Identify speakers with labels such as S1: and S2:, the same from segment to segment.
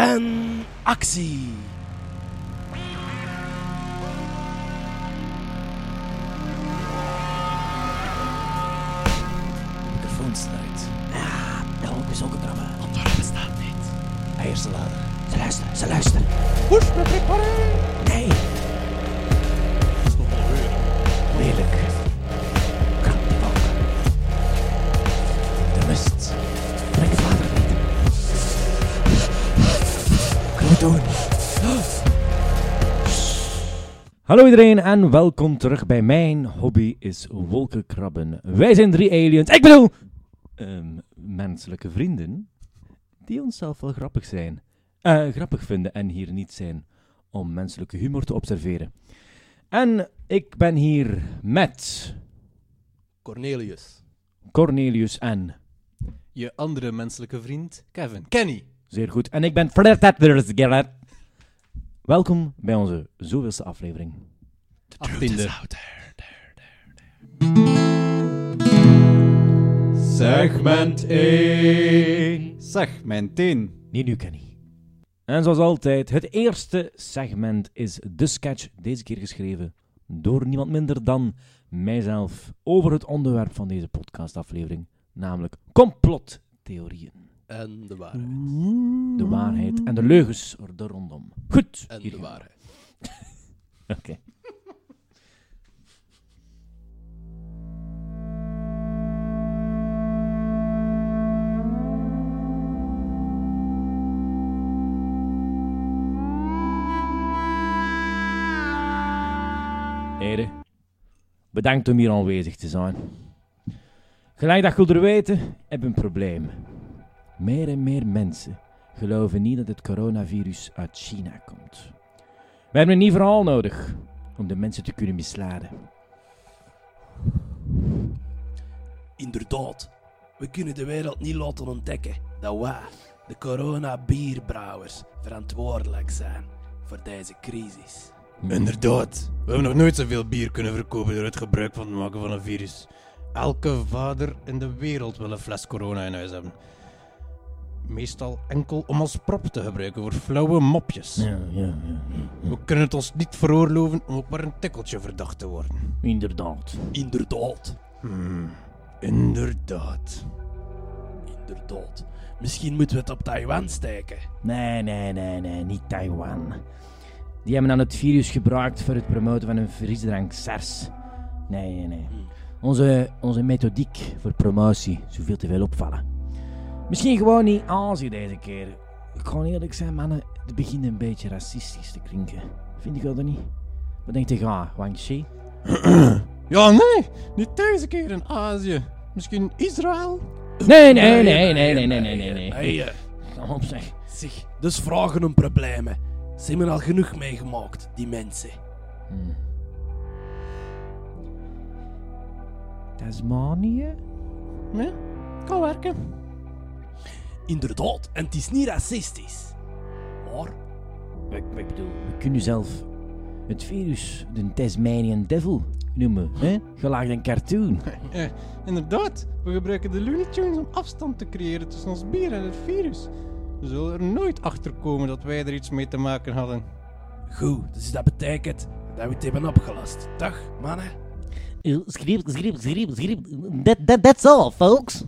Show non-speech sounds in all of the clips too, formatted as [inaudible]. S1: en actie. De phone sluit. Ja, de hond is ook getrappen. Andorra bestaat niet. Eiersalade. Ze luisteren, ze luisteren. Hoes me Nee. Lelijk. Krap die balken. De mist. Breng het water niet. Klotoon.
S2: Hallo iedereen en welkom terug bij mijn hobby is wolkenkrabben. Wij zijn drie aliens, ik bedoel ehm, menselijke vrienden die onszelf wel grappig zijn, Eh, grappig vinden en hier niet zijn om menselijke humor te observeren. En ik ben hier met
S3: Cornelius.
S2: Cornelius en
S3: Je andere menselijke vriend, Kevin. Kenny.
S2: zeer goed en ik ben Flirtaters Gerrit. Welkom bij onze zoveelste aflevering.
S3: Achttiende.
S1: out there.
S4: Segment 1. Segment 10.
S2: Nee, nu Kenny. En zoals altijd, het eerste segment is de sketch, deze keer geschreven door niemand minder dan mijzelf, over het onderwerp van deze podcastaflevering, namelijk complottheorieën.
S3: En de waarheid.
S2: De waarheid en de leugens er rondom. Goed,
S3: En
S2: hier
S3: de
S2: gaan we.
S3: waarheid.
S2: Oké. Heren, bedankt om hier aanwezig te zijn. Gelijk dat jullie weten, heb een probleem. Meer en meer mensen geloven niet dat het coronavirus uit China komt. We hebben een nieuw verhaal nodig om de mensen te kunnen misladen.
S1: Inderdaad, we kunnen de wereld niet laten ontdekken dat wij, de coronabierbrouwers, verantwoordelijk zijn voor deze crisis.
S3: Mm-hmm. Inderdaad. We hebben nog nooit zoveel bier kunnen verkopen door het gebruik van het maken van een virus. Elke vader in de wereld wil een fles corona in huis hebben. Meestal enkel om als prop te gebruiken voor flauwe mopjes.
S2: Ja, ja, ja.
S3: We kunnen het ons niet veroorloven om ook maar een tikkeltje verdacht te worden.
S2: Inderdaad.
S1: Inderdaad,
S3: Hmm, inderdaad.
S1: inderdaad. Misschien moeten we het op Taiwan steken.
S2: Nee, nee, nee, nee, niet Taiwan. Die hebben dan het virus gebruikt voor het promoten van een frisdrank SARS. Nee, nee, nee. Onze, onze methodiek voor promotie, zoveel te veel opvallen. Misschien gewoon niet Azië deze keer. Ik ga eerlijk zijn, mannen, het begint een beetje racistisch te klinken. Vind ik wel dan niet? Wat denk je, ga, Wang Xi?
S3: Ja, nee, niet deze keer in Azië. Misschien Israël?
S2: Nee, nee, nee, nee, nee, nee, nee, nee. nee.
S1: Hey, eh,
S2: Kom op, zeg.
S1: zeg, dus vragen om problemen. Ze hebben al genoeg meegemaakt, die mensen.
S2: Tasmanië?
S3: Nee, kan werken.
S1: Inderdaad, en het is niet racistisch. Maar,
S2: Ik, ik bedoel, we kunnen zelf het virus de Tasmanian Devil noemen, hè? Gelijk een cartoon.
S3: Eh, inderdaad, we gebruiken de Looney Tunes om afstand te creëren tussen ons bier en het virus. We zullen er nooit achter komen dat wij er iets mee te maken hadden.
S1: goed, dus dat betekent dat we het hebben opgelost. Dag, mannen.
S2: Schreeuw, schreeuw, schreeuw, schreeuw. That, that, that's all, folks.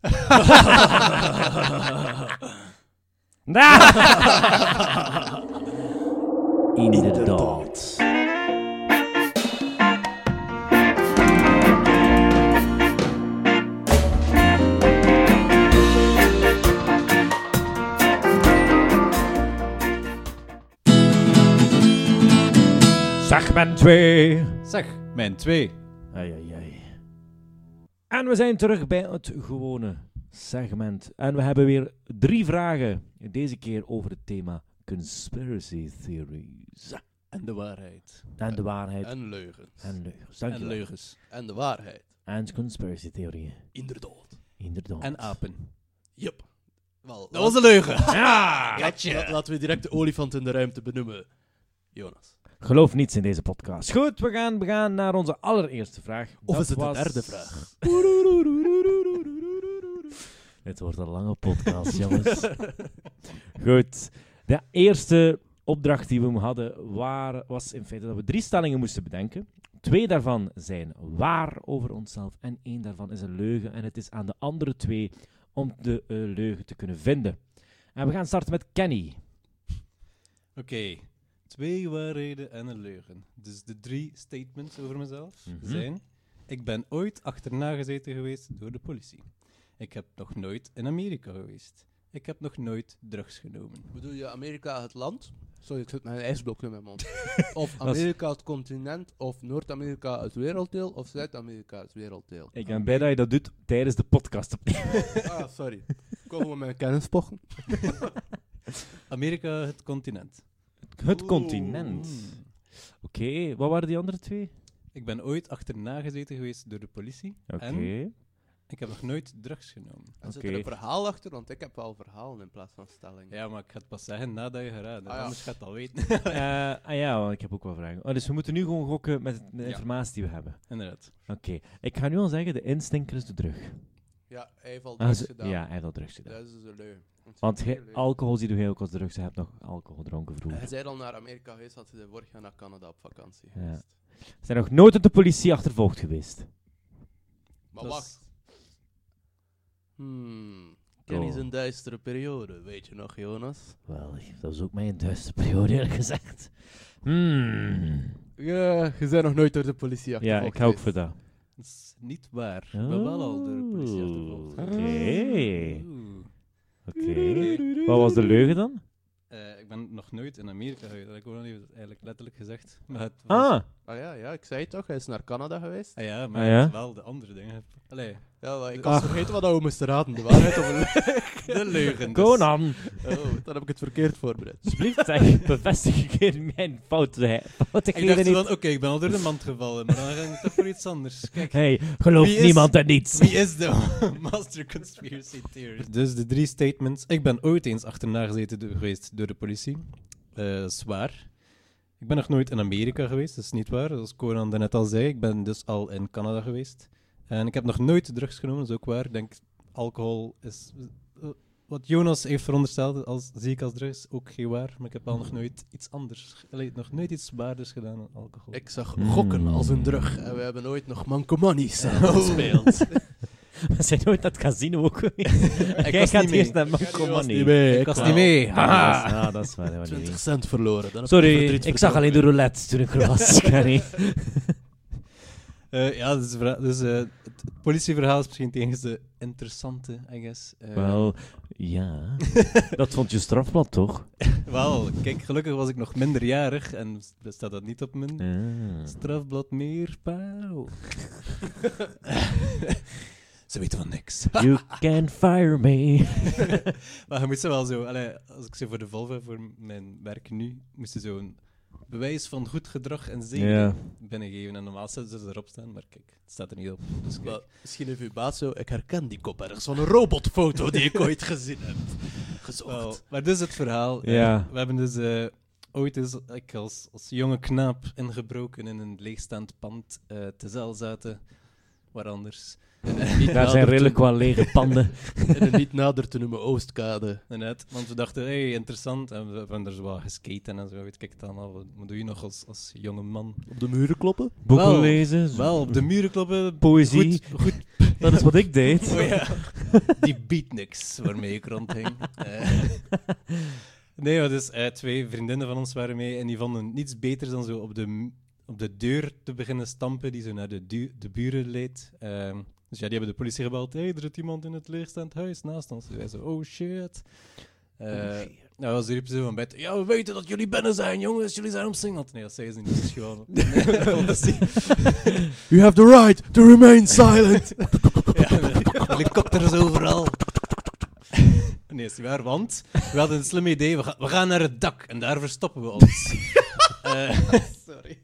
S2: [laughs] Inderdaad. Segment 2.
S4: Segment 2.
S2: Ai, ai, ai. En we zijn terug bij het gewone segment. En we hebben weer drie vragen. Deze keer over het thema conspiracy theories.
S3: En de waarheid.
S2: En de waarheid en,
S3: En leugens.
S2: leugens. Dank je wel.
S3: leugens. En de waarheid.
S2: En conspiracy theorieën.
S1: Inderdaad.
S2: Inderdaad.
S5: En apen.
S1: Yup.
S3: Wel,
S5: Dat was een leugen.
S3: ja!
S5: La- Laten we direct de olifant in de ruimte benoemen. Jonas.
S2: Geloof niets in deze podcast. Goed, we gaan, we gaan naar onze allereerste vraag.
S5: Of
S2: Dat
S5: is het de
S2: was-
S5: derde vraag?
S2: Het wordt een lange podcast, jongens. Goed. De eerste opdracht die we hadden waren, was in feite dat we drie stellingen moesten bedenken. Twee daarvan zijn waar over onszelf en één daarvan is een leugen. En het is aan de andere twee om de eh, leugen te kunnen vinden. En we gaan starten met Kenny.
S3: Oké. Twee waarheden en een leugen. Dus de drie statements over mezelf
S2: Mhm.
S3: zijn... Ik ben ooit achterna gezeten geweest door de politie. Ik heb nog nooit in Amerika geweest. Ik heb nog nooit drugs genomen.
S6: Bedoel je Amerika het land? Sorry, ik zit met een ijsblok in mijn [laughs] mond. Of
S2: Dat is-
S6: Amerika het continent, of Noord-Amerika het werelddeel, of Zuid-Amerika het werelddeel.
S2: Ik ben blij dat je dat doet tijdens de podcast.
S6: [laughs] Ah, sorry. Komen we met kennis pochen?
S3: Amerika, het continent.
S2: [laughs] Het continent.
S3: Hmm.
S2: Oké, wat waren die andere twee?
S3: Ik ben ooit achterna gezeten geweest door de politie.
S2: Oké.
S3: En ik heb nog nooit drugs genomen.
S6: En zit
S2: Oké.
S6: er een verhaal achter? Want ik heb wel verhalen in plaats van stellingen.
S3: Ja, maar ik ga het pas zeggen nadat je geraden hebt.
S6: Ah, ja.
S3: Anders gaat dat weten. [laughs]
S2: Eh, ah ja, want ik heb ook wel vragen. Oh, dus we moeten nu gewoon gokken met de informatie die we hebben.
S3: Inderdaad.
S2: Oké, ik ga nu al zeggen, de instinker is de drug.
S6: Ja, hij heeft al
S2: Ah,
S6: drugs
S2: ze-
S6: gedaan.
S2: Ja, hij heeft al drugs gedaan.
S6: Dat is dus een leugen.
S2: Want
S6: het is
S2: ge-
S6: een leugen.
S2: alcohol zie je ook als drugs. Je hebt nog alcohol gedronken
S3: Eh,
S6: Hij
S2: vroeger.
S6: zei al naar Amerika geweest, had hij vorig jaar naar Canada op vakantie
S2: Ja.
S6: geweest.
S2: Ze zijn nog nooit op de politie achtervolgd geweest.
S6: Maar
S3: Dat is-
S6: wacht. Hmm. Kenny is
S2: Oh.
S6: een duistere periode, weet je nog, Jonas?
S2: Wel, dat was ook mijn duistere periode, eerlijk gezegd. Hmm.
S6: Ja, je bent nog nooit door de politie
S2: Ja, ik ga ook voor dat.
S3: Dat is niet waar.
S2: Oh.
S3: We hebben wel al door de politie achtervolgd.
S2: Oké.
S3: Oeh.
S2: Oké. Wat was de leugen dan?
S3: Eh, ik ben nog nooit in Amerika geweest. Dat heb ik ook nog niet eigenlijk letterlijk gezegd. Maar het was...
S2: Ah,
S6: Ah ja, ja, ik zei het toch, hij is naar Canada geweest.
S3: Ah ja, maar
S2: Ah, ja?
S3: het is wel de andere dingen. Allee,
S6: Ja, maar ik
S3: Ah.
S6: was vergeten wat we moesten raden, de waarheid of [laughs] een
S3: de leugen. dus.
S2: Conan.
S6: Oh, dan heb ik het verkeerd voorbereid.
S2: Alsjeblieft,
S3: [laughs]
S2: zeg, bevestig een keer mijn fouten. Fouten
S3: Ik dacht
S2: niet.
S3: zo van, oké, ik ben al door de mand gevallen, maar dan ging ik toch voor iets anders. Kijk,
S2: Hey, geloof
S3: Wie is-
S2: niemand en niets.
S3: wie is de [laughs] master conspiracy theorist? Dus de drie statements. Ik ben ooit eens achterna gezeten do- geweest door de politie. Eh, dat is waar. Ik ben nog nooit in Amerika geweest, dat is niet waar. Zoals Conan daarnet al zei, ik ben dus al in Canada geweest. En ik heb nog nooit drugs genomen, dat is ook waar. Ik denk, alcohol is... eh, wat Jonas heeft verondersteld, als, zie ik als drugs, ook geen waar. Maar ik heb al nog nooit iets anders... allee, nog nooit iets zwaarders gedaan dan alcohol.
S6: Ik zag
S2: Hmm.
S6: gokken als een drug en we hebben ooit nog Mancomanni samen gespeeld.
S2: We zijn nooit naar het casino ook
S3: [laughs]
S2: geweest.
S3: Ik
S2: Jij
S3: was
S2: gaat
S3: niet mee.
S2: eerst naar Manco Money.
S6: mee,
S3: Ik was
S6: wel.
S3: niet mee.
S2: Ah,
S3: Haha.
S2: dat is- ah, dat is waar. dat was niet.
S6: 20 cent verloren. dan heb
S2: Sorry,
S6: verdriet
S2: ik zag alleen de roulette toen ik er
S6: [laughs]
S2: was. Kenny.
S3: Eh, ja, dus, vera- dus eh, het, het politieverhaal is misschien het enige interessante, I guess. Eh, [laughs]
S2: Wel, ja. Dat vond je strafblad, toch?
S3: wel, kijk, gelukkig was ik nog minderjarig en s- staat dat niet op mijn
S2: Ah.
S3: strafblad meer, pauw. ze weten van niks.
S2: You can fire me.
S3: [laughs] maar je moet ze wel zo, allee, als ik ze voor de Volvo, voor m- mijn werk nu, moest ze zo'n bewijs van goed gedrag en zegen
S2: Ja.
S3: binnengeven. En normaal zouden ze erop staan, maar kijk, het staat er niet op. Dus kijk.
S6: Maar misschien heeft uw baas zo, ik herken die kop ergens van een robotfoto die ik ooit gezien heb.
S3: Wel,
S6: Gezocht.
S3: maar dit is het verhaal. Eh,
S2: Ja.
S3: we hebben dus eh, ooit eens, ik als, als jonge knaap ingebroken in een leegstaand pand eh te zeil zaten. Waar anders.
S2: [laughs] Daar zijn redelijk wel lege panden.
S6: In een niet nader te noemen Oostkade.
S3: Net, want we dachten, hé, hey, interessant. En we hebben er zo wat geskaten en zo. Weet ik het dan al. Wat doe je nog als, als jonge man?
S6: Op de muren kloppen?
S2: Boeken
S3: Wel,
S2: lezen. zo-
S3: Wel, op de muren kloppen.
S2: Poëzie.
S3: Goed, goed.
S2: Dat is wat ik [laughs] deed.
S3: Oh ja. [laughs] Die beatniks waarmee ik rondhing. Eh. Nee, maar dus eh, twee vriendinnen van ons waren mee en die vonden niets beters dan zo op de, m- op de deur te beginnen stampen die zo naar de, du- de buren leed. Ehm, dus ja, die hebben de politie gebeld. Hé, hey, er zit iemand in het leegstaand huis naast ons. Dus wij zo, oh shit. Eh,
S6: Oh,
S3: nou, als riepen ze van bed. Ja, we weten dat jullie binnen zijn, jongens. Jullie zijn omsingeld. Nee, dat zeiden ze niet. Dat is gewoon...
S6: [laughs]
S3: [laughs] politie.
S6: You have the right to remain silent.
S3: Ja, [laughs] helikopters overal. [laughs] Nee, is niet waar, want we hadden een slim idee. We, ga- we gaan naar het dak en daar verstoppen we [laughs] ons. [laughs] Sorry.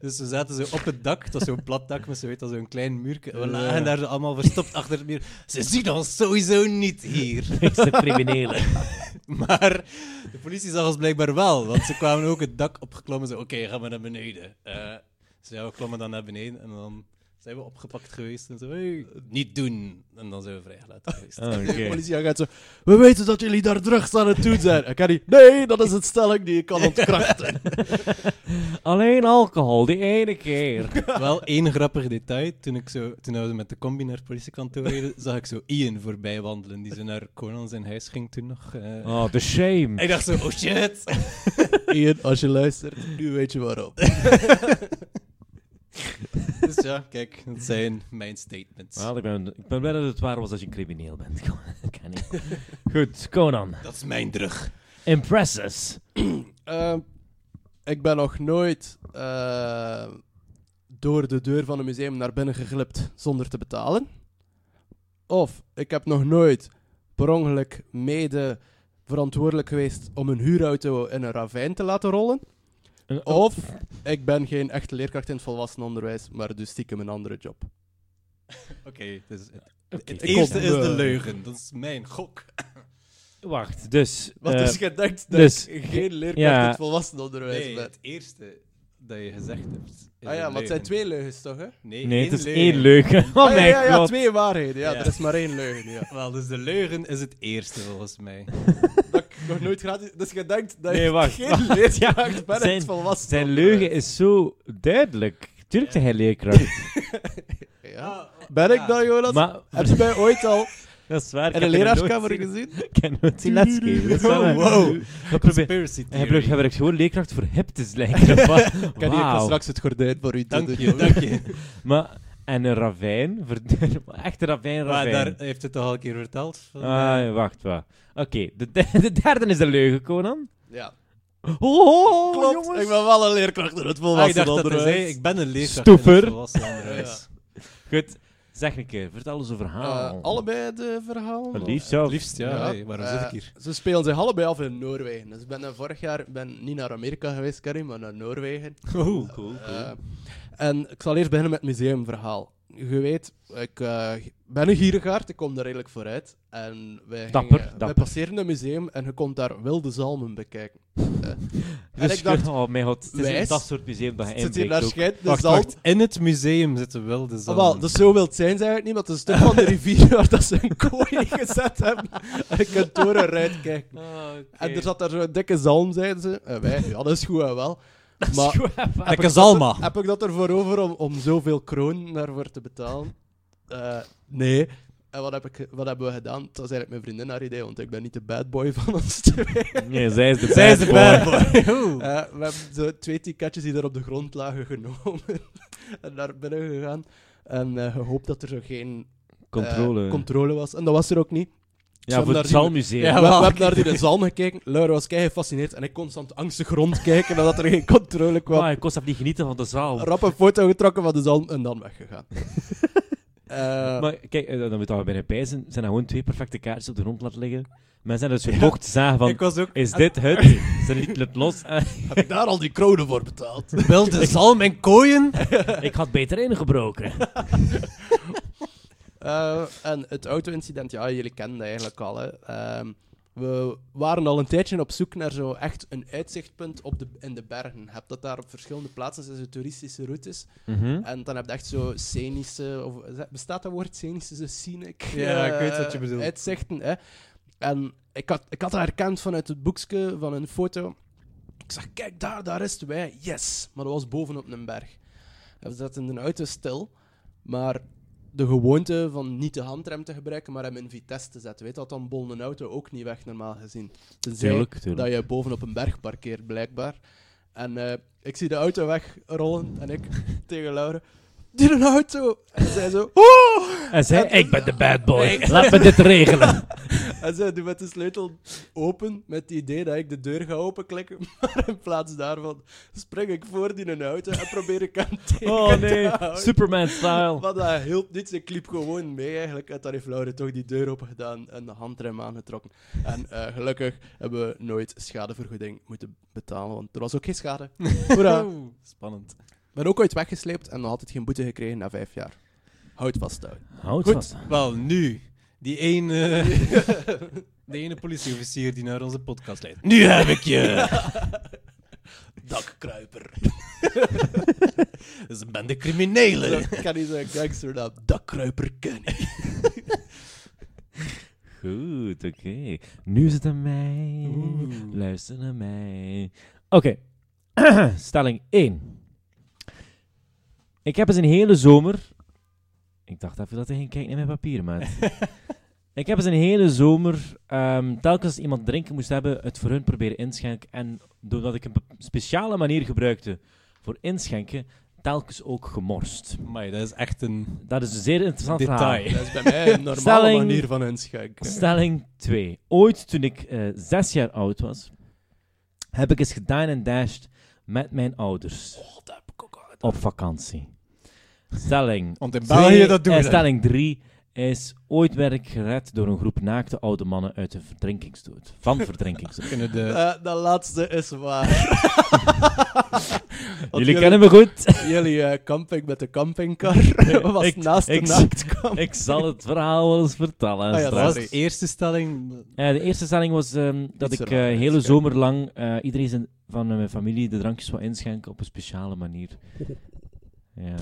S3: Dus we zaten zo op het dak. Het was zo'n plat dak met zo, weet je wel, zo'n klein muurtje. We lagen daar zo allemaal verstopt achter het muur. Ze zien ons sowieso niet hier.
S2: Ik ben criminelen.
S3: [laughs] Maar de politie zag ons blijkbaar wel, want ze kwamen ook het dak opgeklommen. Zo, oké, gaan we naar beneden. Eh dus ja, we klommen dan naar beneden en dan Zijn we opgepakt geweest en zo, hey, niet doen. En dan zijn we vrijgelaten geweest. [laughs]
S7: De politie gaat zo. We weten dat jullie daar drugs aan het doen zijn. En Kenny, nee, dat is een stelling die je kan ontkrachten.
S2: Alleen alcohol, die ene keer.
S3: Wel één grappig detail. Toen, ik zo, toen we met de combi naar het politiekantoor reden, zag ik zo Ian voorbij wandelen. Die zo naar Conan zijn huis ging toen nog. eh.
S2: Oh, the shame.
S3: Ik dacht zo, oh shit.
S7: [laughs] Ian, als je luistert, nu weet je waarom.
S3: Dus ja, kijk, dat zijn mijn statements.
S2: Wel, ik, ben, ik ben blij dat het waar was dat je een crimineel bent. [laughs] Kan niet. Goed, Conan.
S3: Dat is mijn drug.
S2: Impress us.
S6: Ehm, ik ben nog nooit ehm, door de deur van een museum naar binnen geglipt zonder te betalen. Of ik heb nog nooit per ongeluk mede verantwoordelijk geweest om een huurauto in een ravijn te laten rollen.
S2: Een-
S6: Of ik ben geen echte leerkracht in het volwassen onderwijs, maar dus stiekem een andere job.
S3: Oké, dus het,
S2: Oké.
S3: het eerste
S6: kom-
S3: is de leugen. Dat is mijn gok.
S2: Wacht, dus...
S6: Want
S2: eh,
S6: dus je denkt dat
S2: dus-
S6: ik geen leerkracht
S2: ja.
S6: in het volwassen onderwijs
S3: Nee,
S6: ben.
S3: het eerste dat je gezegd hebt. is
S6: Ah ja,
S3: een
S6: maar het
S3: leugen.
S6: zijn twee leugens toch, hè?
S3: Nee,
S2: nee, het
S3: één
S2: is
S3: leugen.
S2: één leugen. Oh
S6: Ah, ja,
S2: mijn
S6: ja, ja,
S2: god.
S6: twee waarheden. Ja,
S3: Ja.
S6: er is maar één leugen, ja.
S3: Wel, dus de leugen is het eerste volgens mij.
S6: [laughs] dat ik nog nooit gratis... Dus je denkt dat
S2: Nee,
S6: je
S2: wacht,
S6: geen
S2: wacht.
S6: leerkracht
S2: Ja,
S6: bent,
S2: zijn-
S6: het volwassen
S2: Zijn
S6: onderwijs.
S2: leugen is zo duidelijk. Tuurlijk zijn hij
S6: [laughs]
S2: leerkracht.
S6: Ja. Ben ik dan, Jonas?
S2: maar
S6: Heb je mij ooit
S3: [laughs]
S6: al
S2: dat is waar.
S6: in een leraarskamer gezien? Oh,
S2: Ik ken nooit zien lesgeven. dat is wel waar.
S3: wow.
S2: We proberen-
S3: Conspiracy
S2: Hij gebruikt
S3: theory.
S2: gebruikt gewoon leerkracht voor hip te slijken.
S6: [laughs]
S2: of wat?
S6: Ik kan hier
S2: Wauw.
S6: straks het gordijn voor u
S3: Dank
S6: doen,
S3: je,
S6: jongen.
S3: dank
S6: [laughs]
S3: je.
S2: Maar, en een ravijn. [laughs] Verd- Echt een ravijn,
S3: Maar
S2: ravijn.
S3: daar heeft het toch al een keer verteld. Van,
S2: Ah, ja, wacht, wacht. Oké, de, [laughs] de- de derde is de leugen, Conan.
S6: Ja.
S2: Oh, Oh,
S6: Klopt,
S2: jongens.
S6: ik ben wel een leerkracht in het
S3: Ah, ik
S6: volwassen
S3: dacht dat hij
S6: onderwijs.
S3: zei, ik ben een leerkracht
S2: Stoever.
S3: in het volwassen onderwijs.
S2: Goed, zeg een keer, vertel ons een verhaal.
S3: Oh.
S6: Eh, allebei de verhaal.
S2: Het Liefst, ja.
S3: Het Liefst, ja.
S6: Ja.
S3: hey, waarom zit
S6: Eh,
S3: ik hier?
S6: Ze spelen zich allebei af in Noorwegen. Dus ik ben eh, vorig jaar ik ben niet naar Amerika geweest, Karim, maar naar
S3: [laughs]
S6: Noorwegen.
S3: Cool, cool,
S6: Eh, en ik zal eerst beginnen met het museumverhaal. Je weet, ik eh, ben een gierigaard, ik kom daar redelijk vooruit. En wij, gingen-
S2: Dapper,
S6: wij
S2: dapper.
S6: passeren een museum en je komt daar wilde zalmen bekijken.
S3: [laughs]
S6: Eh, en
S2: Dus
S6: ik dacht,
S2: oh mijn god, het is
S6: wijs.
S2: in dat soort museum dat je
S6: het zit hier naar
S2: inbreekt ook.
S6: schijt, de
S3: Wacht,
S6: Dus zalm...
S3: wacht. In het museum zitten wel de
S6: Ah,
S3: zalm.
S6: wel, dus zo wil het zijn, zeg ik niet, maar het
S3: [laughs]
S6: is een stuk van de rivier waar dat ze een kooi gezet hebben. En je kunt door een ruit kijken.
S2: Ah,
S6: En er zat daar zo'n dikke zalm, zeiden ze. En wij, ja, dat is goed en wel. Maar
S3: Lekker zalma.
S6: Heb ik dat ervoor over om, om zoveel kroon daarvoor te betalen? Eh, nee. En wat, heb ik, ge- wat hebben we gedaan? Dat was eigenlijk mijn vriendin haar idee, want ik ben niet de bad boy van ons [laughs] twee.
S2: Nee, zij is de
S3: Zij is de bad
S2: boy.
S3: boy. Oeh.
S6: Eh, we hebben zo twee ticketjes die er op de grond lagen genomen [laughs] en naar binnen gegaan. En eh, gehoopt dat er zo geen eh,
S2: Controle.
S6: controle was. En dat was er ook niet.
S2: ja, voor
S6: daar
S2: het
S6: zien we-
S2: zaalmuseum.
S6: we, we hebben naar die zalm gekeken. Laura was kei gefascineerd en ik constant angstig rondkijken nadat er geen controle kwam.
S2: Ah, ik kon zelf niet genieten van de zaal.
S6: Rap een foto getrokken van de zalm en dan [laughs] weggegaan. Eh,
S2: Maar kijk, eh, dan moet dat we bijna bij zijn. Zijn dat gewoon twee perfecte kaartjes op de grond laten liggen? Mensen zijn dus verkocht zagen van,
S3: Ik was ook...
S2: is dit het? Ze lieten het
S6: [laughs]
S2: los. Eh,
S6: Heb ik daar al die kronen voor betaald?
S2: [laughs]
S3: Wilde zalm en kooien?
S2: ik had beter ingebroken.
S6: eh, en het auto-incident, ja, jullie kennen dat eigenlijk al. Hè. Ehm, we waren al een tijdje op zoek naar zo echt een uitzichtpunt op de, in de bergen. Je hebt dat daar op verschillende plaatsen, zijn zo toeristische routes.
S2: Mhm.
S3: Mhm.
S6: En dan heb je echt zo scenische, of, is dat- bestaat dat woord scenische, zo scenic?
S3: Ja, ik
S6: eh,
S3: weet wat je bedoelt.
S6: Uitzichten, hè. En ik had, ik had dat herkend vanuit het boekje, van een foto. Ik zag, kijk daar, daar is het wij. Yes! Maar dat was bovenop een berg. En We zaten in de auto stil, maar de gewoonte van niet de handrem te gebruiken, maar hem in vitesse te zetten. Weet dat dan bol een auto ook niet weg, normaal gezien. Tenzij
S2: Tuurlijk, tuurlijk.
S6: dat je bovenop een berg parkeert, blijkbaar. En eh, ik zie de auto wegrollen en ik [laughs] tegen Laura... Die een auto! En zij zo... Oh!
S2: En zei, ik ben de bad boy. Laat me dit regelen.
S6: En zij doet met de sleutel open, met het idee dat ik de deur ga openklikken. [laughs] Maar in plaats daarvan spring ik voor die een auto en probeer [laughs] ik hem tegen
S2: Oh
S6: te
S2: nee,
S6: houden.
S2: Superman-style.
S6: Maar dat hielp niet, ze kliep gewoon mee eigenlijk. En daar heeft Laura toch die deur open gedaan en de handrem aangetrokken. En eh, gelukkig hebben we nooit schadevergoeding moeten betalen, want er was ook geen
S2: [laughs]
S6: schade. Hoera. Ik
S3: Spannend.
S6: ben ook ooit weggesleept en nog altijd geen boete gekregen na vijf jaar. Houd vast, houden.
S2: Houd
S3: Goed.
S2: vast.
S3: Wel, nu. Die ene...
S6: [laughs]
S3: de ene politieofficier die naar onze podcast leidt.
S8: [laughs]
S3: Nu heb ik je!
S6: Dakkruiper.
S8: Dat is een bende criminelen.
S6: Dus Ik kan niet zo'n gangster dat dakkruiper kennen.
S2: Goed, oké. Nu is het aan mij. Luister naar mij. Oké. [clears throat] Stelling 1. Ik heb eens een hele zomer... Ik dacht even dat hij ging kijken naar mijn
S3: [laughs]
S2: papier, maar...
S8: [laughs]
S2: ik heb eens een hele zomer, ehm, telkens als iemand drinken moest hebben, het voor hun proberen inschenken. En doordat ik een be- speciale manier gebruikte voor inschenken, telkens ook gemorst.
S8: Maar dat is echt een
S2: Dat is een zeer interessant verhaal.
S8: detail.
S6: Dat is bij mij een normale
S2: Stelling-
S6: manier van inschenken.
S2: Stelling 2. Ooit toen ik eh, zes jaar oud was, heb ik eens gedaan en dashed met mijn ouders. Op vakantie. Stelling
S8: Want in
S2: twee-
S8: België dat doen
S2: eh,
S8: we. dat.
S2: Stelling 3 is ooit werd ik gered door een groep naakte oude mannen uit de verdrinkingsdood.
S8: [laughs]
S2: Van verdrinkingsdood.
S8: Kunnen de
S6: Eh, dat laatste is
S2: [laughs]
S6: waar. Want
S2: Jullie kennen me
S8: [laughs]
S2: goed.
S6: Jullie eh, camping met de [laughs] campingkar was
S2: Ik-
S6: naast de
S2: ik-
S6: naaktkamp.
S2: ik zal het verhaal wel eens vertellen.
S6: Ah ja,
S2: straks.
S8: dat was
S6: sorry.
S8: de eerste stelling.
S2: Eh, de eerste stelling was ehm, dat
S6: Iets
S2: ik
S6: raar,
S2: eh
S6: hè,
S2: hele
S6: schijnt.
S2: zomer lang eh, iedereen zijn- van eh, mijn familie de drankjes wou inschenken op een speciale
S6: [laughs]
S2: manier. Ja.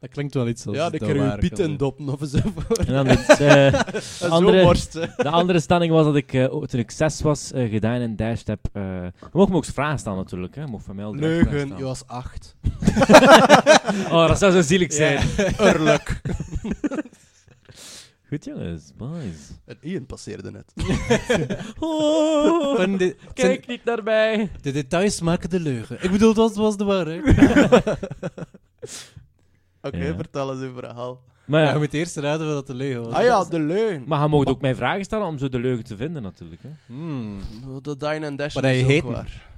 S8: Dat klinkt wel iets als
S6: Ja, dan
S8: dat
S6: kun je
S8: waar kan
S6: biet en
S8: zijn.
S6: [laughs] doppen of
S8: [laughs]
S6: zo.
S2: En dan het,
S6: [laughs]
S2: eh,
S6: Zo
S2: andere-
S6: worsten.
S2: de andere stelling was dat ik eh, ook toen ik zes was eh, gedaan en dashed heb. eh je mocht me ook eens vragen staan natuurlijk. Hè. Je Mocht van mij al direct vragen
S6: Leugen,
S2: stellen.
S6: je was acht.
S2: Oh, dat zou zo zielig zijn.
S6: Urlijk.
S2: Goed jongens, boys.
S6: En Ian passeerde net.
S2: Oh,
S8: Van de-
S2: kijk niet naar mij.
S8: De details maken de leugen. Ik bedoel, dat was de waarheid.
S6: Oké,
S2: Ja.
S6: vertel eens uw verhaal.
S2: Maar,
S8: Ja, je moet eerst raden wat dat de leugen was.
S6: Ah ja, de leun.
S2: maar je mocht ook mij vragen stellen om zo de leugen te vinden natuurlijk. Hè.
S8: Hmm.
S6: Oh, De Dine and Dash
S8: Maar hij
S6: is ook
S8: heet
S6: waar.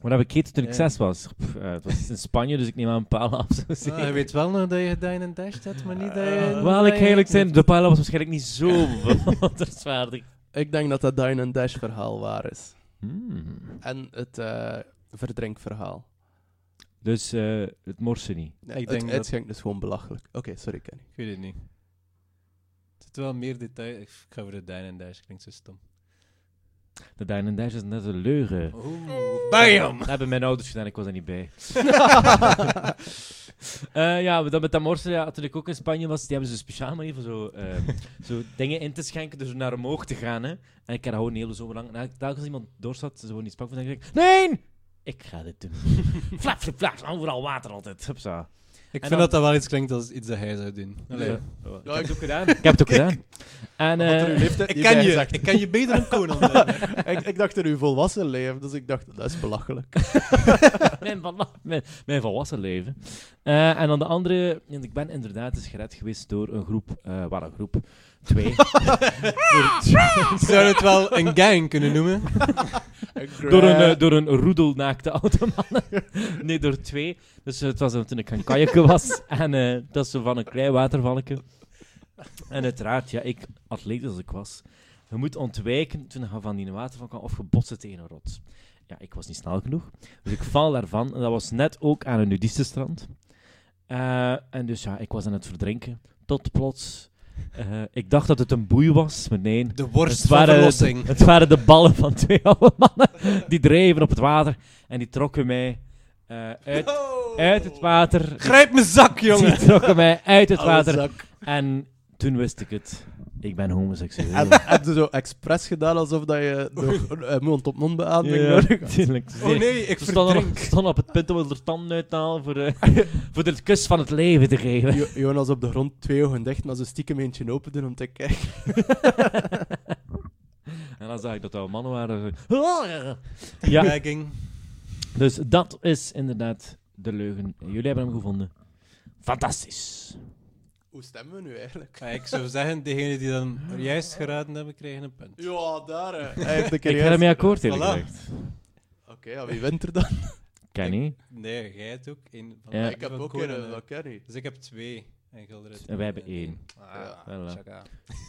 S2: Wat heb ik gegeten toen ik
S8: Ja.
S2: zes was? Pff, eh, het was in Spanje, dus ik neem aan een paal af. zo [laughs]
S8: Ah,
S2: zeker.
S8: je weet wel nog dat je gedaan en dash had, maar niet dat je...
S2: Eh, Wel, ik eigenlijk zijn, de paal was waarschijnlijk niet zo [laughs] bewonderenswaardig.
S6: Ik denk dat dat Dine and Dash verhaal waar is.
S2: Hmm.
S6: En het eh verdrinkverhaal.
S2: Dus eh, het morsen niet.
S6: Ja,
S8: Ik
S6: ik
S8: denk
S6: het
S8: dat-
S6: uitgang is gewoon belachelijk. Oké, sorry Kenny.
S8: Ik weet het niet. Er zit wel meer detail... Ik ga voor de dine en dash, klinkt zo stom.
S2: De Dine and Dash is net een leugen.
S8: [laughs] Bam!
S2: Dat hebben mijn ouders gedaan, ik was er niet bij. [laughs] Eh, ja, maar dat met dat morsen, ja, toen ik ook in Spanje was, die hebben ze een speciale manier van zo, eh, zo dingen in te schenken, dus naar omhoog te gaan. Hè. En ik had gewoon een hele zomer lang. En elke- telkens als iemand door zat, ze gewoon niet sprak, van, dan denk ik, nee! Ik ga dit doen. flap, flap, flap, overal water altijd. Hupsa.
S8: Ik
S2: En
S8: vind
S2: dan-
S8: dat dat wel iets klinkt als iets dat hij zou doen. Allee.
S2: Ja.
S8: Ik
S6: [laughs]
S2: heb het ook gedaan. Ik heb het ook gedaan. En, eh,
S8: Ik ken je, ik ken je beter dan [laughs] Conan.
S6: ik, ik dacht er uw volwassen leven, dus ik dacht, dat
S8: [laughs]
S6: is belachelijk.
S2: [laughs] mijn, vala- mijn, mijn volwassen leven. Eh, en dan de andere, want ik ben inderdaad eens gered geweest door een groep, eh wel een groep, twee.
S8: Zou het wel een gang kunnen noemen?
S2: door, een, eh, door een roedel naakte oude [laughs] mannen. nee, door twee. Dus eh, het was toen ik gaan kajakken was. [laughs] En eh, dat is zo van een klein watervalken. En uiteraard, ja, ik, atleet als ik was, je moet ontwijken toen je van die waterval kan of je botsen tegen een rots. Ja, ik was niet snel genoeg. Dus ik val daarvan. En dat was net ook aan een nudistenstrand. Eh en dus ja, ik was aan het verdrinken. Tot plots. eh, ik dacht dat het een boei was, maar nee.
S8: De
S2: Het
S8: worst van
S2: waren,
S8: verlossing.
S2: het waren de ballen van twee oude mannen. Die dreven op het water en die trokken mij eh, uit, uit het water.
S8: Oh. Grijp mijn zak, jongen!
S2: Die trokken mij uit het water.
S6: Oude zak.
S2: En toen wist ik het. Ik ben homoseksueel.
S6: En eh, heb je zo expres gedaan alsof dat je nog
S8: [laughs]
S6: een eh, mond-op-mond beademing
S2: Ja,
S6: nodig had?
S2: tuurlijk.
S8: Oh nee, ik
S2: Ze stonden
S8: verdrink.
S2: op, ze stonden op het punt om er tanden uit te halen voor, eh, [laughs] voor de kus van het leven te [laughs] geven.
S6: Jo- Jonas op de grond, twee ogen dicht, maar ze stiekem eentje open doen om te kijken.
S2: en dan zag ik dat oude mannen waren. Ja,
S8: Gagging.
S2: Dus dat is inderdaad de leugen. Jullie hebben hem gevonden. Fantastisch.
S6: Hoe stemmen we nu eigenlijk?
S8: Ja, ik zou zeggen, degene die dan juist geraden hebben, krijgen een punt.
S6: Ja, daar. eh. Hij heeft de
S2: Ik
S6: carrière.
S2: ga ermee akkoord, eerlijk
S8: Voilà.
S2: gezegd.
S6: Oké, ja, wie wint er dan?
S2: Kenny.
S8: Nee, jij hebt ook één. Van
S2: Ja.
S8: die
S6: ik heb
S8: van
S6: ook
S8: Conan,
S6: een eh,
S8: hè.
S6: van Kenny.
S8: Dus ik heb twee. En Gilder heeft
S2: En wij hebben
S8: en
S2: één.
S8: Ah,
S2: Voilà.
S8: tjaka.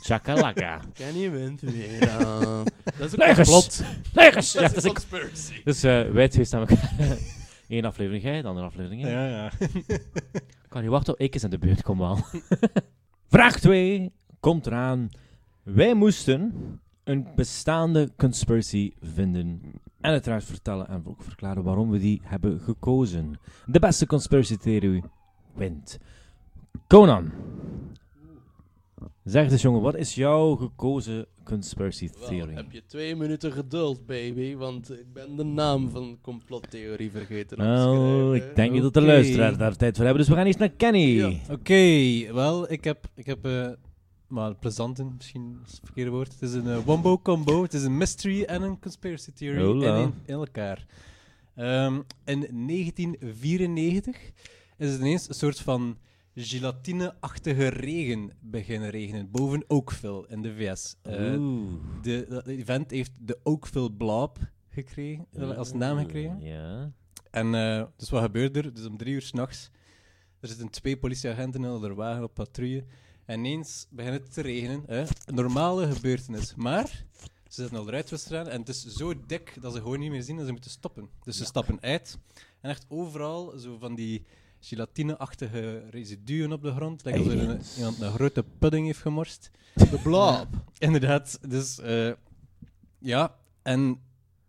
S2: Chakalaka.
S6: Kenny wint [laughs] weer. aan. dat is ook een
S2: Legers.
S6: plot. [laughs]
S2: Legers! Ja, dat is ik.
S6: conspiracy.
S2: Dus eh, wij twee staan elkaar. [laughs] Eén aflevering jij, de andere aflevering jij.
S8: Ja, ja.
S2: Kan je wachten? Ik is aan de beurt, kom wel. [laughs] Vraag 2 komt eraan. Wij moesten een bestaande conspiracy vinden En uiteraard vertellen en ook verklaren waarom we die hebben gekozen. De beste conspiracy theory wint. Conan. Zeg dus jongen, wat is jouw gekozen conspiracy
S6: Wel,
S2: theory?
S6: heb je twee minuten geduld, baby, want ik ben de naam van complottheorie vergeten op te
S2: Nou,
S6: schrijven.
S2: ik denk niet dat de
S3: Oké.
S2: luisteraars daar tijd voor hebben, dus we gaan eens naar Kenny.
S6: Ja.
S3: [laughs] Oké, wel, ik heb... Ik heb eh, maar plezanten, misschien is het verkeerde woord. Het is een eh, wombo-combo. Het is een mystery en een conspiracy theory
S2: Hola.
S3: in, in elkaar. Ehm, in 1994 is het ineens een soort van gelatine-achtige regen beginnen regenen. Boven Oakville in de VS. Eh,
S2: Oeh.
S3: de, dat event heeft de Oakville Blob gekregen,
S2: Mm.
S3: eh, als naam gekregen.
S2: Ja.
S3: En eh, dus wat gebeurde er? Dus om drie uur s'nachts, er zitten twee politieagenten in onder wagen op patrouille. En ineens begint het te regenen. Hè? Een normale gebeurtenis. Maar ze zitten al eruit aan en het is zo dik dat ze gewoon niet meer zien en ze moeten stoppen. Dus ze stappen uit en echt overal zo van die gelatine-achtige residuen op de grond. Lijkt alsof er een-
S2: Aliens.
S3: iemand een grote pudding heeft gemorst.
S6: De blob.
S3: Inderdaad, dus eh, ja, en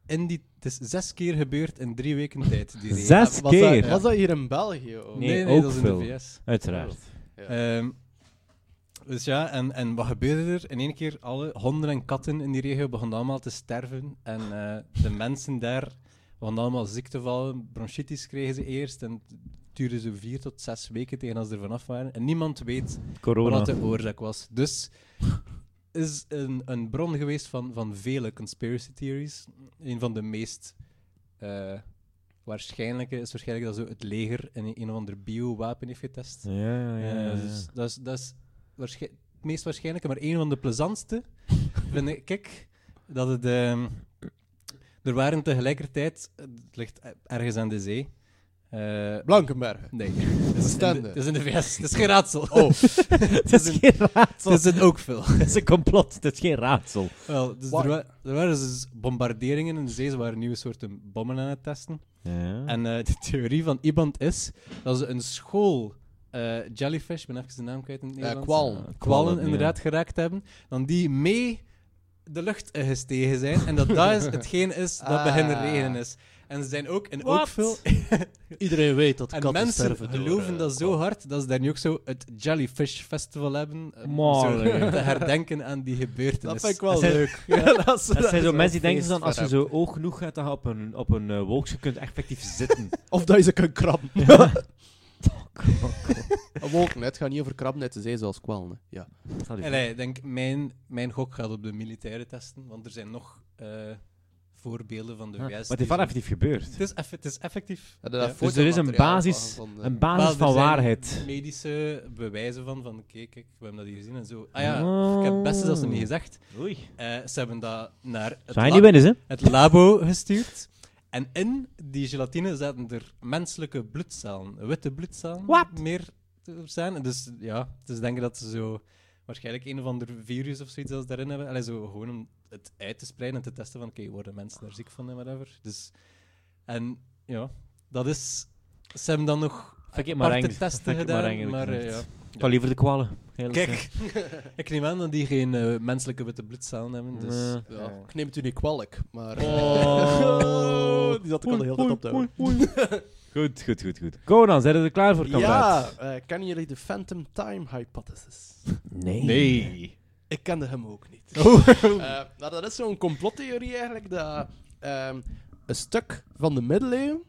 S3: in die, het is zes keer gebeurd in drie weken tijd. Die regen.
S2: Zes
S6: Was dat,
S2: keer.
S6: was dat hier in België ook?
S2: Nee.
S3: dat is in
S2: Oakville.
S3: de VS.
S2: Uiteraard.
S3: Ehm, dus ja, en, en wat gebeurde er? In één keer alle honden en katten in die regio begonnen allemaal te sterven. En eh, de mensen daar begonnen allemaal ziek te vallen. Bronchitis kregen ze eerst. En het duurde zo vier tot zes weken tegen als ze er vanaf waren. En niemand weet
S2: Corona.
S3: wat de oorzaak was. Dus is een, een bron geweest van, van vele conspiracy theories. Een van de meest eh, waarschijnlijke is waarschijnlijk dat zo het leger een, een of ander biowapen heeft getest.
S2: Ja, ja, ja. ja,
S3: Eh,
S2: ja.
S3: dus dat is, dat is waarschijn- het meest waarschijnlijke, maar een van de
S2: [laughs]
S3: plezantste vind ik kijk, dat het... ehm, er waren tegelijkertijd, het ligt ergens aan de zee... eh,
S6: Blankenberg.
S3: Nee, het is, in de,
S6: Stende.
S3: het is in de VS. Het is geen raadsel.
S2: [laughs]
S6: Oh,
S2: Het is geen raadsel.
S3: [laughs] Het is in Oakville.
S2: Het is een complot. Het is geen raadsel.
S3: Wel, dus
S6: Why?
S3: er, wa- er waren dus bombarderingen in de zee. Ze waren nieuwe soorten bommen aan het testen.
S2: [laughs]
S6: Hm.
S2: Ja.
S3: En eh, [laughs] de theorie van iemand is dat ze een school eh, jellyfish, ik ben even de naam kwijt in het
S6: Ja,
S3: Nederlands. Eh,
S6: kwal.
S3: kwallen.
S2: Kwallen, ja.
S3: inderdaad geraakt hebben. Dan die mee de lucht eh, gestegen zijn. En dat dat
S6: [laughs]
S3: is hetgeen is dat bij hen
S6: Ah.
S3: regenen is. En ze zijn ook in
S2: Wat?
S3: Oakville
S6: Iedereen weet dat
S3: en mensen
S6: eh,
S3: geloven dat zo hard dat ze daar nu ook zo het Jellyfish Festival hebben. eh, om zo
S2: Mooi.
S3: [laughs] te herdenken aan die gebeurtenis.
S6: Dat vind ik
S2: [laughs]
S6: wel
S3: En zij-
S6: leuk.
S3: dat, is-
S2: Dat zijn zo
S3: is
S2: mensen die
S3: wel
S2: denken dan, als je
S3: feest
S2: zo oog genoeg gaat dan op een, op een eh, wolk, je kunt effectief [laughs] zitten.
S6: Of dat je ze kan
S2: [laughs]
S6: krabben.
S2: Ja.
S6: Een wolken, het gaat niet over krabben uit de zee, zoals kwallen. hè. Ja.
S2: Stel je
S3: voor. En ik denk, mijn, mijn gok gaat op de militaire testen, want er zijn nog eh, voorbeelden van de
S2: voor.
S3: VS.
S2: Ja, Maar
S3: die
S2: het is wel
S3: zo-
S2: effectief gebeurd.
S3: Het is, eff- het is effectief.
S6: Dat
S3: Ja.
S2: Dus
S6: dat
S2: er is een
S6: fotomateriaal
S2: basis,
S6: van- van de-
S2: een
S3: Maar
S2: basis
S3: er
S2: van eh,
S3: Eh, zijn
S2: waarheid.
S3: Medische bewijzen van, van kijk, kijk, we hebben dat hier gezien en zo. Ah
S2: Oh.
S3: ja, ik heb het beste dat ze niet gezegd.
S2: Oei.
S3: Eh, ze hebben dat naar het
S2: Zou je
S3: lab-
S2: niet winnen, hè?
S3: het labo gestuurd. En in die gelatine zaten er menselijke bloedcellen, witte bloedcellen.
S2: Wat?
S3: Meer te zijn. En Dus ja, het is denken dat ze zo waarschijnlijk een of ander virus of zoiets als daarin hebben. Allee, zo gewoon om het uit te spreiden en te testen van, oké, worden mensen daar ziek van en whatever. Dus, en ja, dat is... Ze hebben dan nog
S2: Vind ik maar
S3: aparte
S2: eng.
S3: testen
S2: Vind ik maar
S3: gedaan,
S2: eng,
S3: maar,
S2: eerlijk
S3: eh, ja.
S2: gezegd. Ik had liever de kwallen. eerlijk gezegd.
S3: Kijk, [laughs] ik neem aan dat die geen eh, menselijke witte bloedcellen hebben, dus...
S2: Nee.
S6: Ja, ik neem het u niet kwalijk, maar... eh,
S2: Oh.
S6: [laughs] Die zat ik al de hele tijd op te houden.
S2: [laughs] Goed, goed, goed, goed. Conan, zijn we er klaar voor,
S6: Ja,
S2: kameraad?
S6: eh, kennen jullie de Phantom Time Hypothesis?
S1: Nee.
S3: Nee.
S6: Ik kende hem ook niet.
S3: Oh.
S6: Eh, nou, dat is zo'n complottheorie eigenlijk, dat ehm, een stuk van de middeleeuwen,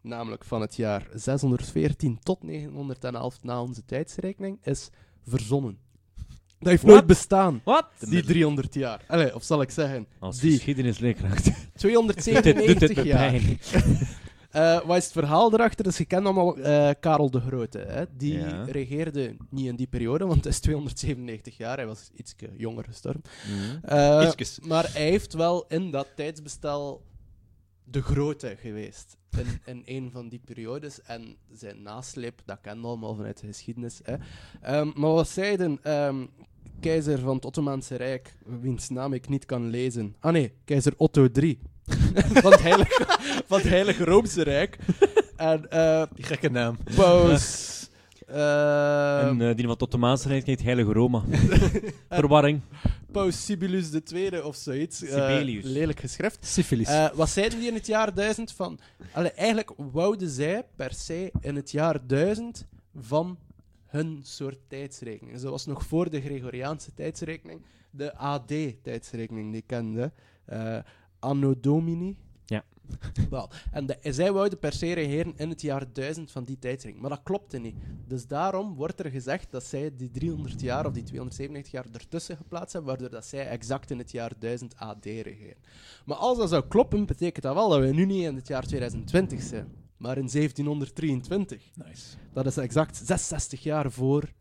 S6: namelijk van het jaar 614 tot 911 na onze tijdsrekening, is verzonnen. Dat heeft nooit bestaan,
S2: Wat?
S6: die 300 jaar. Allee, of zal ik zeggen,
S2: Als
S6: Die. [laughs]
S2: geschiedenisleerkracht. Doet dit, doet dit
S6: 297
S2: me
S6: jaar.
S2: pijn.
S6: Eh, wat is het verhaal erachter? Dat is gekend allemaal eh, Karel de Grote. Hè? Die
S2: Ja.
S6: regeerde niet in die periode, want hij is 297 jaar. Hij was iets jonger gestorven.
S2: Mhm.
S6: Eh,
S3: Ietsjes.
S6: maar hij heeft wel in dat tijdsbestel de grote geweest. In, in een van die periodes. En zijn nasleep, dat kennen we allemaal vanuit de geschiedenis. Hè. Ehm, maar wat zeiden ehm, keizer van het Ottomaanse Rijk, wiens naam ik niet kan lezen. Ah nee, keizer Otto [laughs] III. van, het heilige, van het Heilige Roomse Rijk. En eh,
S3: Die gekke naam.
S6: paus, ehm, Eh,
S2: en eh, die wat tot de Maas rijdt, heet Heilige
S6: [laughs]
S2: Roma. Verwarring.
S6: Paus Sibelius II of zoiets. Eh,
S2: Sibelius.
S6: lelijk geschrift.
S3: Syfilis.
S6: Eh, wat zeiden die in het jaar 1000 van... Allee, eigenlijk wouden zij per se in het jaar 1000 van hun soort tijdsrekening. Dus dat was nog voor de Gregoriaanse tijdsrekening, de AD-tijdsrekening die ik kende. eh, Anno Domini.
S2: Ja.
S6: Wel, en de- zij wouden per se regeren in het jaar 1000 van die tijdsring. Maar dat klopte niet. Dus daarom wordt er gezegd dat zij die 300 jaar of die 297 jaar ertussen geplaatst hebben, waardoor dat zij exact in het jaar 1000 AD regeren. Maar als dat zou kloppen, betekent dat wel dat we nu niet in het jaar 2020 zijn, maar in 1723.
S3: nice.
S6: Dat is exact 66 jaar voor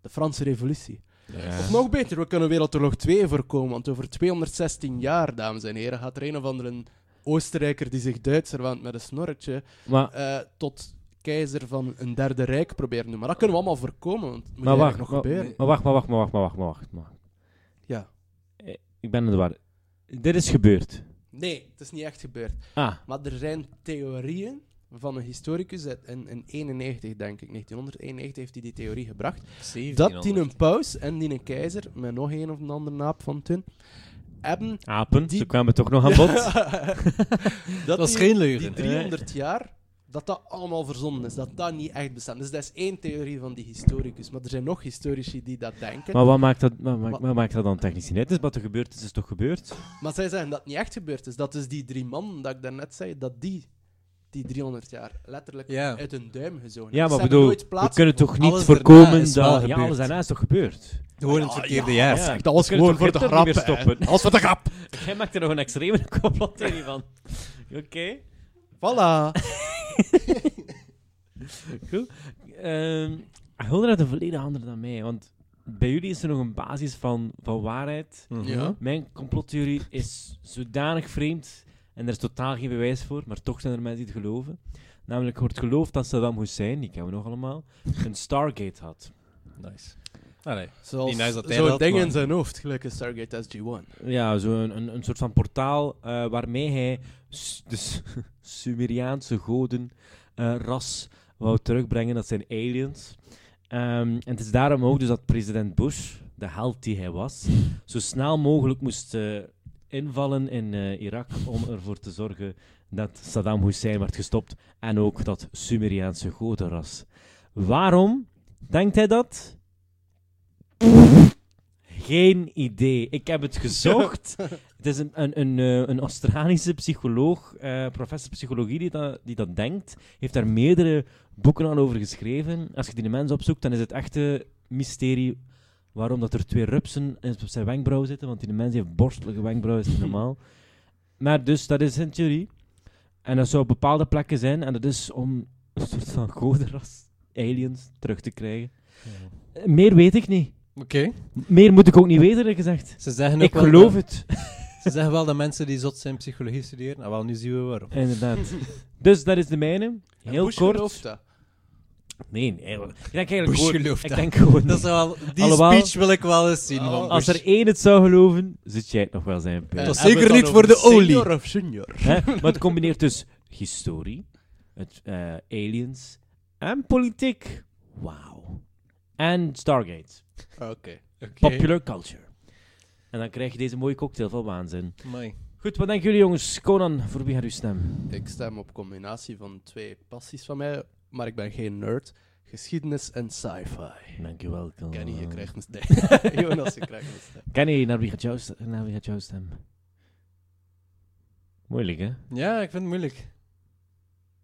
S6: de Franse Revolutie.
S2: Ja.
S6: Of nog beter, we kunnen Wereldoorlog 2 voorkomen, want over 216 jaar, dames en heren, gaat er een of andere Oostenrijker die zich Duitser waant met een snorretje
S2: Maar,
S6: eh, tot keizer van een derde rijk proberen te doen. Maar dat kunnen we allemaal voorkomen, want het moet
S2: maar, wacht,
S6: eigenlijk nog
S2: maar,
S6: gebeuren.
S2: maar wacht, maar wacht, maar wacht, maar wacht, maar wacht, maar wacht. Eh,
S6: Ja.
S2: Ik ben in de war. Dit is gebeurd.
S6: Nee, het is niet echt gebeurd.
S2: Ah,
S6: Maar er zijn theorieën van een historicus uit- in, in 91, denk ik, 1991 heeft hij die theorie gebracht. Dat die een paus en die een keizer, met nog een of een ander naap van toen, hebben...
S2: apen,
S6: Die-
S2: ze kwamen toch nog
S6: [laughs]
S2: aan bod.
S6: dat
S3: Dat is
S6: die-
S3: geen
S6: Die
S3: leugen.
S6: 300 jaar, dat dat allemaal verzonnen is, dat dat niet echt bestaat. Dus dat is één theorie van die historicus. Maar er zijn nog historici die dat denken.
S2: Maar wat maakt dat, wat, maakt-
S6: Wat-
S2: wat maakt dat dan technisch niet uit? Dus wat er gebeurd is, is toch gebeurd?
S6: Maar zij zeggen dat het niet echt gebeurd is. Dat is die drie man dat ik daarnet zei, dat die die 300 jaar letterlijk
S3: Ja.
S6: uit hun duim gezogen
S2: Ja, maar
S6: hebben. Ze hebben
S2: bedoel,
S6: nooit
S2: we
S6: plaats-
S2: kunnen toch niet
S3: Alles daarna
S2: voorkomen
S3: is wel
S2: dat... Ja,
S3: gebeurd.
S2: alles daarna is toch gebeurd?
S3: Gewoon in het verkeerde jaar.
S2: Ja.
S6: Dat
S2: We
S6: was
S2: kunnen
S6: gewoon voor
S2: toch
S6: de
S2: Hitler niet
S6: grap.
S2: meer
S6: hè.
S2: stoppen? [laughs]
S6: Dat was voor de grap.
S2: Jij maakt er nog een extreme complottheorie
S6: [laughs]
S2: van. Oké. [laughs]
S6: Voilà.
S2: Ehm, Hulder had een volledig andere dan mij, want bij jullie is er nog een basis van, van waarheid.
S6: Ja.
S2: Mijn complottheorie is zodanig vreemd en er is totaal geen bewijs voor, maar toch zijn er mensen die het geloven. Namelijk wordt geloofd dat Saddam Hussein, die kennen we nog allemaal, een Stargate had.
S3: Nice. Allee.
S6: Zoals
S3: Niet nice dat hij
S6: zo'n
S3: dat
S6: ding
S3: maakt.
S6: in zijn hoofd, gelukkig Stargate SG-1.
S2: Ja, zo'n een, een soort van portaal eh, waarmee hij s- de S- [laughs] Sumeriaanse goden eh, ras wou terugbrengen. Dat zijn aliens. Ehm, en het is daarom ook dus dat president Bush, de held die hij was, zo snel mogelijk moest eh, invallen in eh, Irak om ervoor te zorgen dat Saddam Hussein werd gestopt en ook dat Sumeriaanse godenras. Waarom denkt hij dat? Geen idee. Ik heb het gezocht. het is een, een, een, eh, een Australische psycholoog, eh, professor psychologie, die dat, die dat denkt. Heeft daar meerdere boeken aan over geschreven. Als je die mens opzoekt, dan is het echte mysterie waarom dat er twee rupsen in- op zijn wenkbrauw zitten. Want die mens heeft borstelige wenkbrauwen, is niet normaal. maar dus, dat is zijn theorie. En dat zou op bepaalde plekken zijn. En dat is om een soort van godenras, aliens, terug te krijgen. Eh, Meer weet ik niet.
S3: Oké.
S2: Meer moet ik ook niet weten, eerlijk gezegd.
S3: Ze zeggen ook
S2: Ik
S3: wel
S2: geloof
S3: dat-
S2: het.
S3: Ze zeggen wel dat mensen die zot zijn psychologie studeren. Nou, wel, nu zien we waarom.
S2: Inderdaad. [laughs] Dus dat is de mijne.
S6: En
S2: Heel
S6: Bush
S2: kort.
S6: gelooft dat.
S2: Nee, nee. Ik denk eigenlijk
S3: Bush
S2: gewoon...
S3: gelooft
S2: ik
S3: dat.
S2: denk gewoon
S3: Dat is
S2: niet.
S3: wel, die
S2: [laughs] Alhoewel- Oh,
S3: speech wil ik wel eens zien. van
S2: Als
S3: Bush.
S2: er één het zou geloven, zit jij het nog wel zijn punt.
S6: Eh,
S3: Dat is
S6: hebben we
S3: zeker
S6: het
S3: niet
S6: dan
S3: voor de
S6: over
S3: olie.
S6: Senior of junior?
S2: Hè? Maar het combineert dus historie, het, eh, aliens en politiek. Wauw. En Stargate.
S6: Oké.
S3: Oké.
S2: Popular culture. En dan krijg je deze mooie cocktail van waanzin.
S3: Amai.
S2: Goed, wat denken jullie jongens? Conan, voor wie gaat uw stem?
S6: Ik stem op combinatie van twee passies van mij, maar ik ben geen nerd. Geschiedenis en sci-fi.
S2: Dankjewel, Conan.
S6: Kenny, je krijgt een stem. [laughs] Jonas, je krijgt een stem.
S2: Kenny, naar wie gaat jouw, st- naar wie gaat jouw stem? Moeilijk, hè?
S3: Ja, ik vind het moeilijk.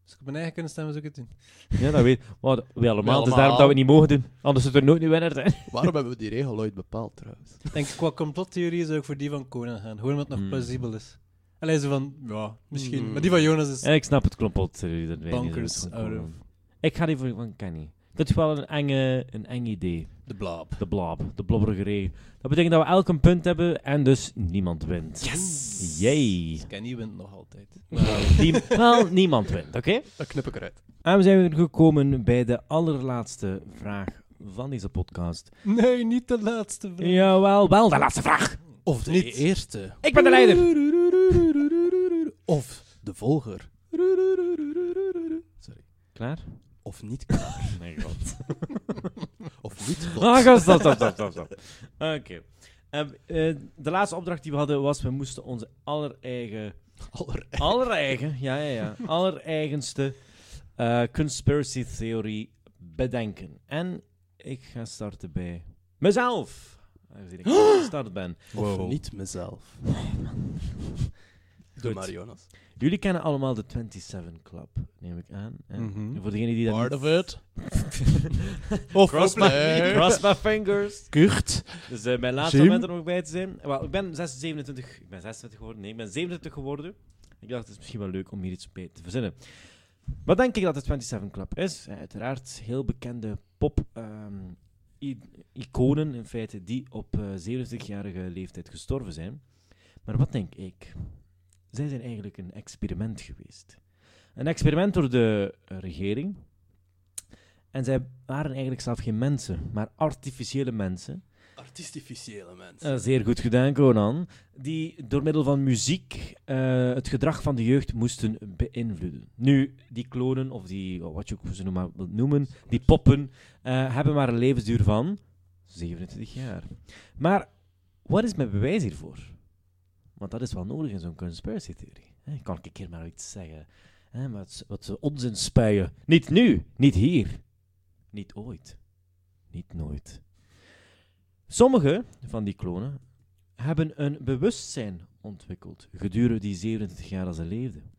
S3: Als ik op mijn eigen kunnen stemmen, zou ik het doen.
S2: Ja, dat weet maar dat- we allemaal. Het is
S6: allemaal.
S2: daarom dat we het niet mogen doen. Anders zou het er nooit een winnaar zijn.
S6: Waarom hebben we die regel ooit bepaald, trouwens?
S3: Ik Denk, qua complottheorie zou ik voor die van Conan gaan. Gewoon omdat het nog
S2: Hmm.
S3: plausibel is. Alleen ze van, ja, misschien.
S6: Hmm.
S3: Maar die van Jonas is...
S2: Ja, ik snap het klompot. eh, Dat weet
S3: Bonkers
S2: ik, niet, dat
S3: out
S2: is
S3: of-
S2: gewoon- ik ga die voor van Kenny. Dat is wel een enge, een eng idee.
S3: De blob.
S2: De blob. De blobbergeree. Dat betekent dat we elk een punt hebben en dus niemand wint.
S3: Yes!
S2: Yay. Nou,
S3: Kenny wint nog altijd.
S2: Die,
S3: [laughs]
S2: wel, niemand wint, oké?
S6: Dan knip ik eruit.
S2: En we zijn weer gekomen bij de allerlaatste vraag van deze podcast.
S3: Nee, niet de laatste vraag.
S2: Jawel, wel de laatste vraag.
S6: Of de
S3: Niet.
S6: eerste.
S2: Ik ben de leider.
S6: Of de volger. Sorry.
S2: Klaar?
S6: of niet klaar.
S2: Nee, god.
S6: Of niet
S2: Ah,
S6: klaar.
S2: ga, stop, stop, stop, stop, stop. [laughs] Oké. Ehm, eh, de laatste opdracht die we hadden was, we moesten onze allereigen... Allereigen? Ja, ja, ja. Allereigenste eh, conspiracy theory bedenken. En ik ga starten bij mezelf. Aangezien ik [gasps] gestart ben.
S6: Of niet mezelf. Doe
S2: Goed.
S6: maar, Jonas.
S2: Jullie kennen allemaal de 27 Club, neem ik aan. En
S3: Mhm.
S2: Voor degenen die dat
S6: Part
S2: niet...
S6: of it. of
S2: Cross my, cross my fingers.
S6: Kucht.
S2: Dus eh, mijn laatste
S6: Jim?
S2: moment er nog bij te zijn. Wel, ik ben 6, 27, ik ben 26 geworden. Nee, ik ben 27 geworden. Ik dacht, het is misschien wel leuk om hier iets bij te verzinnen. Wat denk ik dat de 27 Club is? Eh, Uiteraard heel bekende pop-iconen, in feite, die op eh, 27-jarige leeftijd gestorven zijn. Maar wat denk ik? Zij zijn eigenlijk een experiment geweest. Een experiment door de eh, regering. En zij waren eigenlijk zelf geen mensen, maar artificiële mensen.
S6: Artistificiële mensen.
S2: Eh, zeer goed gedaan, Conan. Die door middel van muziek eh, het gedrag van de jeugd moesten beïnvloeden. Nu, die klonen, of die, oh, wat je ook ze noemen, wilt noemen, die poppen, eh, hebben maar een levensduur van 27 jaar. Maar wat is mijn bewijs hiervoor? Want dat is wel nodig in zo'n conspiracy theory. Hè, kan ik een keer maar iets zeggen? Hè, wat, wat ze onzin spuien. Niet nu, niet hier, niet ooit, niet nooit. Sommige van die klonen hebben een bewustzijn ontwikkeld gedurende die 27 jaar dat ze leefden.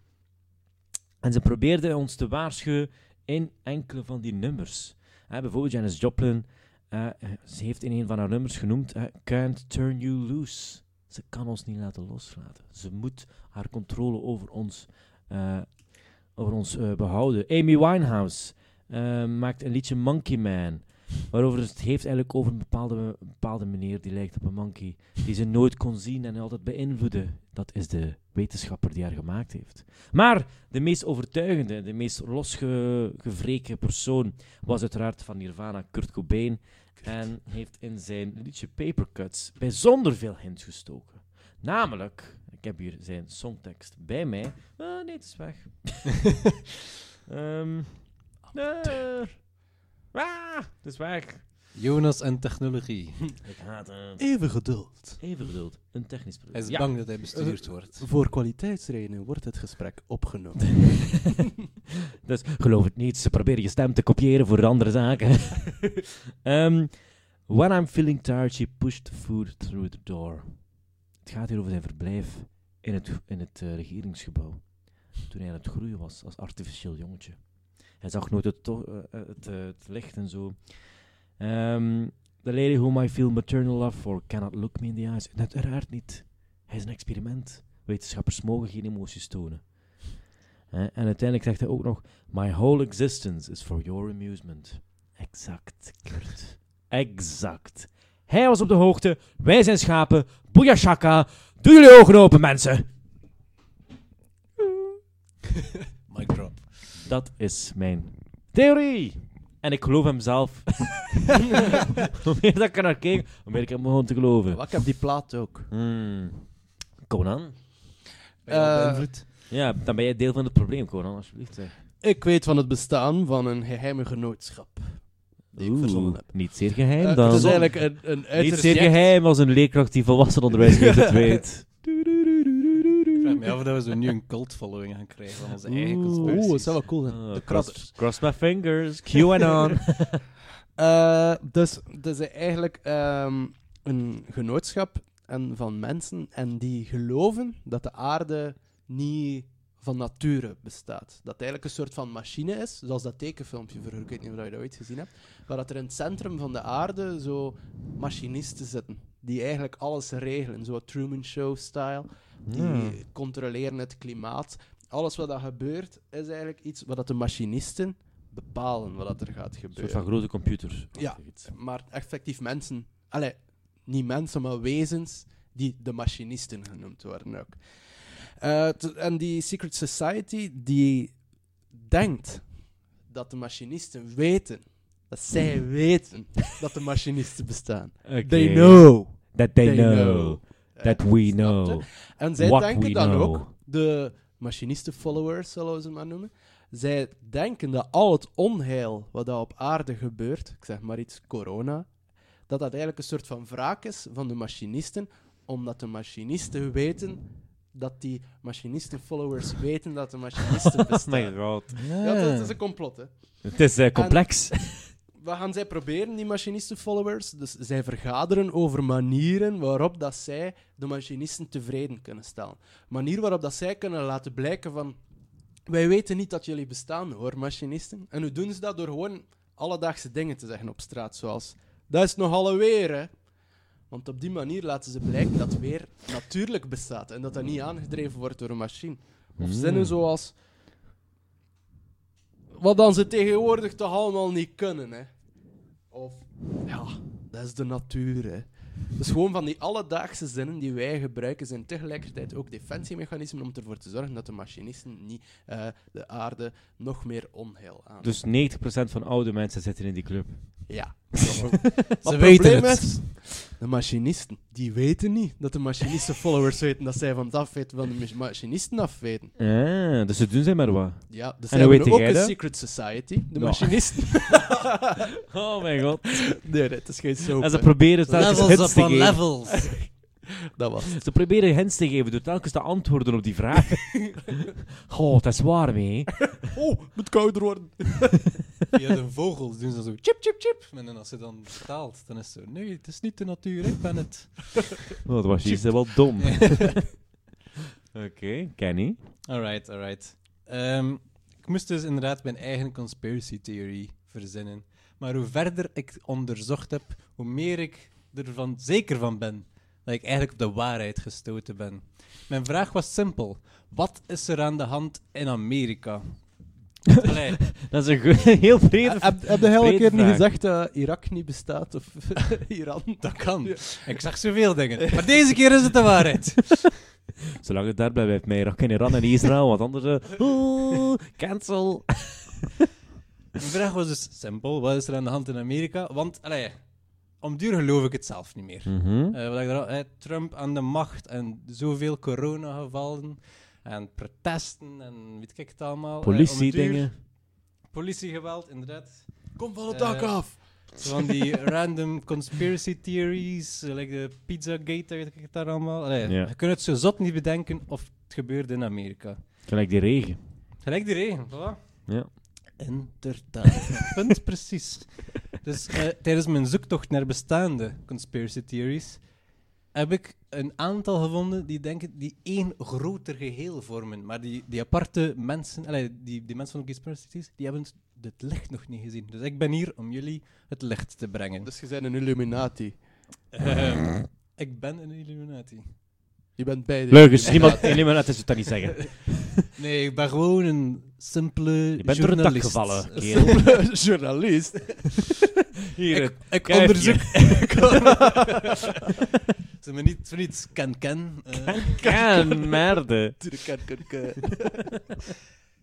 S2: En ze probeerden ons te waarschuwen in enkele van die nummers. Hè, bijvoorbeeld Janis Joplin, eh, ze heeft in een van haar nummers genoemd, eh, Can't Turn You Loose. Ze kan ons niet laten loslaten. Ze moet haar controle over ons, eh, over ons eh, behouden. Amy Winehouse eh, maakt een liedje Monkey Man. Waarover het heeft eigenlijk over een bepaalde, een bepaalde meneer die lijkt op een monkey. Die ze nooit kon zien en altijd beïnvloeden. Dat is de wetenschapper die haar gemaakt heeft. Maar de meest overtuigende, de meest losgevreken persoon was uiteraard van Nirvana Kurt Cobain. En heeft in zijn liedje Papercuts bijzonder veel hints gestoken. Namelijk, ik heb hier zijn songtekst bij mij. Ah, nee, het is [laughs] weg. Ehm nee. Ah, het is weg.
S3: Jonas en technologie.
S2: Ik haat het.
S6: Even geduld.
S2: Even geduld, een technisch probleem.
S3: Hij is
S2: Ja.
S3: bang dat hij bestuurd wordt.
S6: Voor kwaliteitsredenen wordt het gesprek opgenomen. [laughs]
S2: [laughs] dus geloof het niet, ze proberen je stem te kopiëren voor andere zaken. Ehm, when I'm feeling tired, she pushed the food through the door. Het gaat hier over zijn verblijf in het, in het eh, regeringsgebouw. Toen hij aan het groeien was als artificieel jongetje. Hij zag nooit het, to- eh, eh, het, eh, het licht en zo. Ehm, the lady whom I feel maternal love for cannot look me in the eyes. En Uiteraard niet. Hij is een experiment. Wetenschappers mogen geen emoties tonen. Eh, en uiteindelijk zegt hij ook nog: My whole existence is for your amusement. Exact, Kurt. Exact. Hij was op de hoogte, wij zijn schapen. Boeiashaka. Doe jullie ogen open, mensen.
S3: [laughs] Mic drop.
S2: Dat is mijn theorie. En ik geloof hem zelf. [laughs] hoe meer dat ik er naar keek, hoe meer ik hem begon te geloven.
S6: Maar ik heb die plaat ook.
S2: Hmm. Conan?
S6: Eh,
S2: Ja, dan ben jij deel van het probleem, Conan, alsjeblieft. zeg.
S6: ik weet van het bestaan van een geheime genootschap. Die ik verzonnen heb.
S2: niet zeer geheim
S6: Eh,
S2: dan.
S6: het is eigenlijk een, een
S2: niet
S6: uiterst...
S2: zeer geheim als een leerkracht die volwassen onderwijs geeft het
S6: [laughs]
S2: weet.
S3: Ik vraag me af of dat we zo nu een cult following gaan krijgen van onze eigen
S6: Oeh,
S3: conspiracies.
S6: dat zou wel cool zijn.
S2: Oh,
S6: de kratters.
S2: cross, cross my
S6: [laughs]
S2: fingers. [laughs] QAnon.
S6: Eh, dus het is eigenlijk ehm, een genootschap en van mensen en die geloven dat de aarde niet van nature bestaat. Dat het eigenlijk een soort van machine is, zoals dat tekenfilmpje vroeger, ik weet niet of je dat ooit gezien hebt, maar dat er in het centrum van de aarde zo machinisten zitten, die eigenlijk alles regelen, zo Truman Show-style. Die
S2: Hmm.
S6: controleren het klimaat. Alles wat daar gebeurt, is eigenlijk iets wat dat de machinisten bepalen wat dat er gaat
S2: Een soort
S6: gebeuren.
S2: van grote computers.
S6: Ja. Maar effectief mensen, allee, niet mensen, maar wezens die de machinisten genoemd worden ook. Eh, t- en die Secret Society die denkt dat de machinisten weten, dat
S2: Hmm.
S6: zij weten dat de machinisten bestaan.
S2: Oké.
S6: They know.
S2: That they,
S6: They
S2: know.
S6: know.
S2: That
S6: Eh,
S2: we
S6: snap
S2: know.
S6: je? En zij
S2: What
S6: denken
S2: we
S6: dan
S2: know.
S6: ook, de machinisten-followers, zullen we ze maar noemen, Zij denken dat al het onheil wat daar op aarde gebeurt, ik zeg maar iets, corona, dat dat eigenlijk een soort van wraak is van de machinisten, omdat de machinisten weten dat die machinisten-followers weten dat de
S2: [laughs]
S6: machinisten
S2: Oh
S6: bestaan.
S2: god.
S6: ja, dat is een complot, hè.
S2: Het is eh, complex.
S6: Wat gaan zij proberen, die machinisten-followers? Dus zij vergaderen over manieren waarop dat zij de machinisten tevreden kunnen stellen. Manier waarop dat zij kunnen laten blijken van... Wij weten niet dat jullie bestaan, hoor, machinisten. En hoe doen ze dat? Door gewoon alledaagse dingen te zeggen op straat, zoals... Dat is nogal een weer, hè. Want op die manier laten ze blijken dat weer natuurlijk bestaat. En dat dat niet aangedreven wordt door een machine. Of zinnen zoals... Wat dan ze tegenwoordig toch allemaal niet kunnen, hè. Of, ja, dat is de natuur, hè. Dus gewoon van die alledaagse zinnen die wij gebruiken, zijn tegelijkertijd ook defensiemechanismen om ervoor te zorgen dat de machinisten niet eh, de aarde nog meer onheil aan.
S2: Dus 90% van oude mensen zitten in die club. [laughs]
S6: Ja.
S8: Ze
S6: het
S8: weten
S6: probleem
S8: het.
S6: is, de machinisten, die weten niet dat de machinisten-followers weten dat zij van het afweten van de mach- machinisten afweten.
S2: Ah, dus ze doen ze maar wat.
S6: Ja, dus
S2: En
S6: zij
S2: hoe
S6: hebben
S2: weet
S6: ook
S2: jij
S6: een
S2: dat?
S6: secret society, de
S2: Nou. [laughs]
S6: machinisten. [laughs]
S2: Oh mijn god.
S6: nee, dat is geen soap.
S2: En ze
S6: hè.
S2: proberen telkens hints te geven.
S8: levels.
S6: [laughs] dat was het.
S2: Ze proberen hints te geven door telkens te antwoorden op die
S6: [laughs]
S2: vraag. Goh, dat is warm, hè?
S6: Oh, het moet kouder worden.
S3: Via de vogels doen ze zo chip, chip, chip. En dan als ze dan taalt, dan is het zo... Nee, het is niet de natuur, ik ben het.
S2: Oh, dat was hier wel [laughs] dom. Oké, Kenny.
S3: Alright, alright. Ehm, ik moest dus inderdaad mijn eigen conspiracy theory verzinnen. Maar hoe verder ik onderzocht heb, hoe meer ik ervan zeker van ben dat ik eigenlijk op de waarheid gestoten ben. Mijn vraag was simpel. Wat is er aan de hand in Amerika? Allee,
S2: Dat is een goe- heel brede
S6: Heb, heb de hele
S2: brede
S6: keer niet
S2: vraag.
S6: gezegd dat Irak niet bestaat of [laughs] Iran?
S3: dat kan. Ik zag zoveel dingen. Maar deze keer is het de waarheid.
S2: Zolang het daar blijft, heeft mij Irak en Iran en Israël, want anders... eh, oeh, cancel.
S3: Mijn vraag was dus simpel. Wat is er aan de hand in Amerika? Want, allee, om duur geloof ik het zelf niet meer.
S2: Mhm.
S3: Eh, wat ik daar al- eh, Trump aan de macht en zoveel coronagevallen en protesten en weet ik het allemaal. Eh, om het duur-
S2: Politie-dingen.
S3: Politiegeweld, inderdaad.
S6: Kom van
S3: het dak
S6: af.
S3: Zo Van
S2: [laughs]
S3: die random conspiracy theories, eh, like de Pizzagate, weet ik het daar allemaal. Allee,
S2: Ja.
S3: Je kunt het zo zot niet bedenken of het gebeurde in Amerika.
S2: Gelijk die regen.
S3: Gelijk die regen, voilà.
S2: Ja.
S3: Inderdaad. [laughs] Punt precies. Dus eh, tijdens mijn zoektocht naar bestaande conspiracy theories heb ik een aantal gevonden die denken die één groter geheel vormen. Maar die, die aparte mensen, allee, die, die mensen van de conspiracy theories, die hebben het, het licht nog niet gezien. Dus ik ben hier om jullie het licht te brengen.
S6: Dus je bent een Illuminati.
S3: Ehm, ik ben een Illuminati.
S6: Je bent beide.
S2: Leugens, niemand, niemand dat is het dan niet zeggen.
S3: [laughs] Nee, ik ben gewoon een simpele
S2: Je bent door een dak
S3: journalist.
S2: gevallen,
S3: Een
S2: kerel.
S3: [laughs]
S6: Journalist.
S2: [laughs] Hier,
S3: Ik, ik
S2: kuifje.
S3: onderzoek. [laughs] Ze me niet voor niets ken ken. eh.
S2: Ken, merde.
S6: To the cat, cat, cat.
S3: [laughs]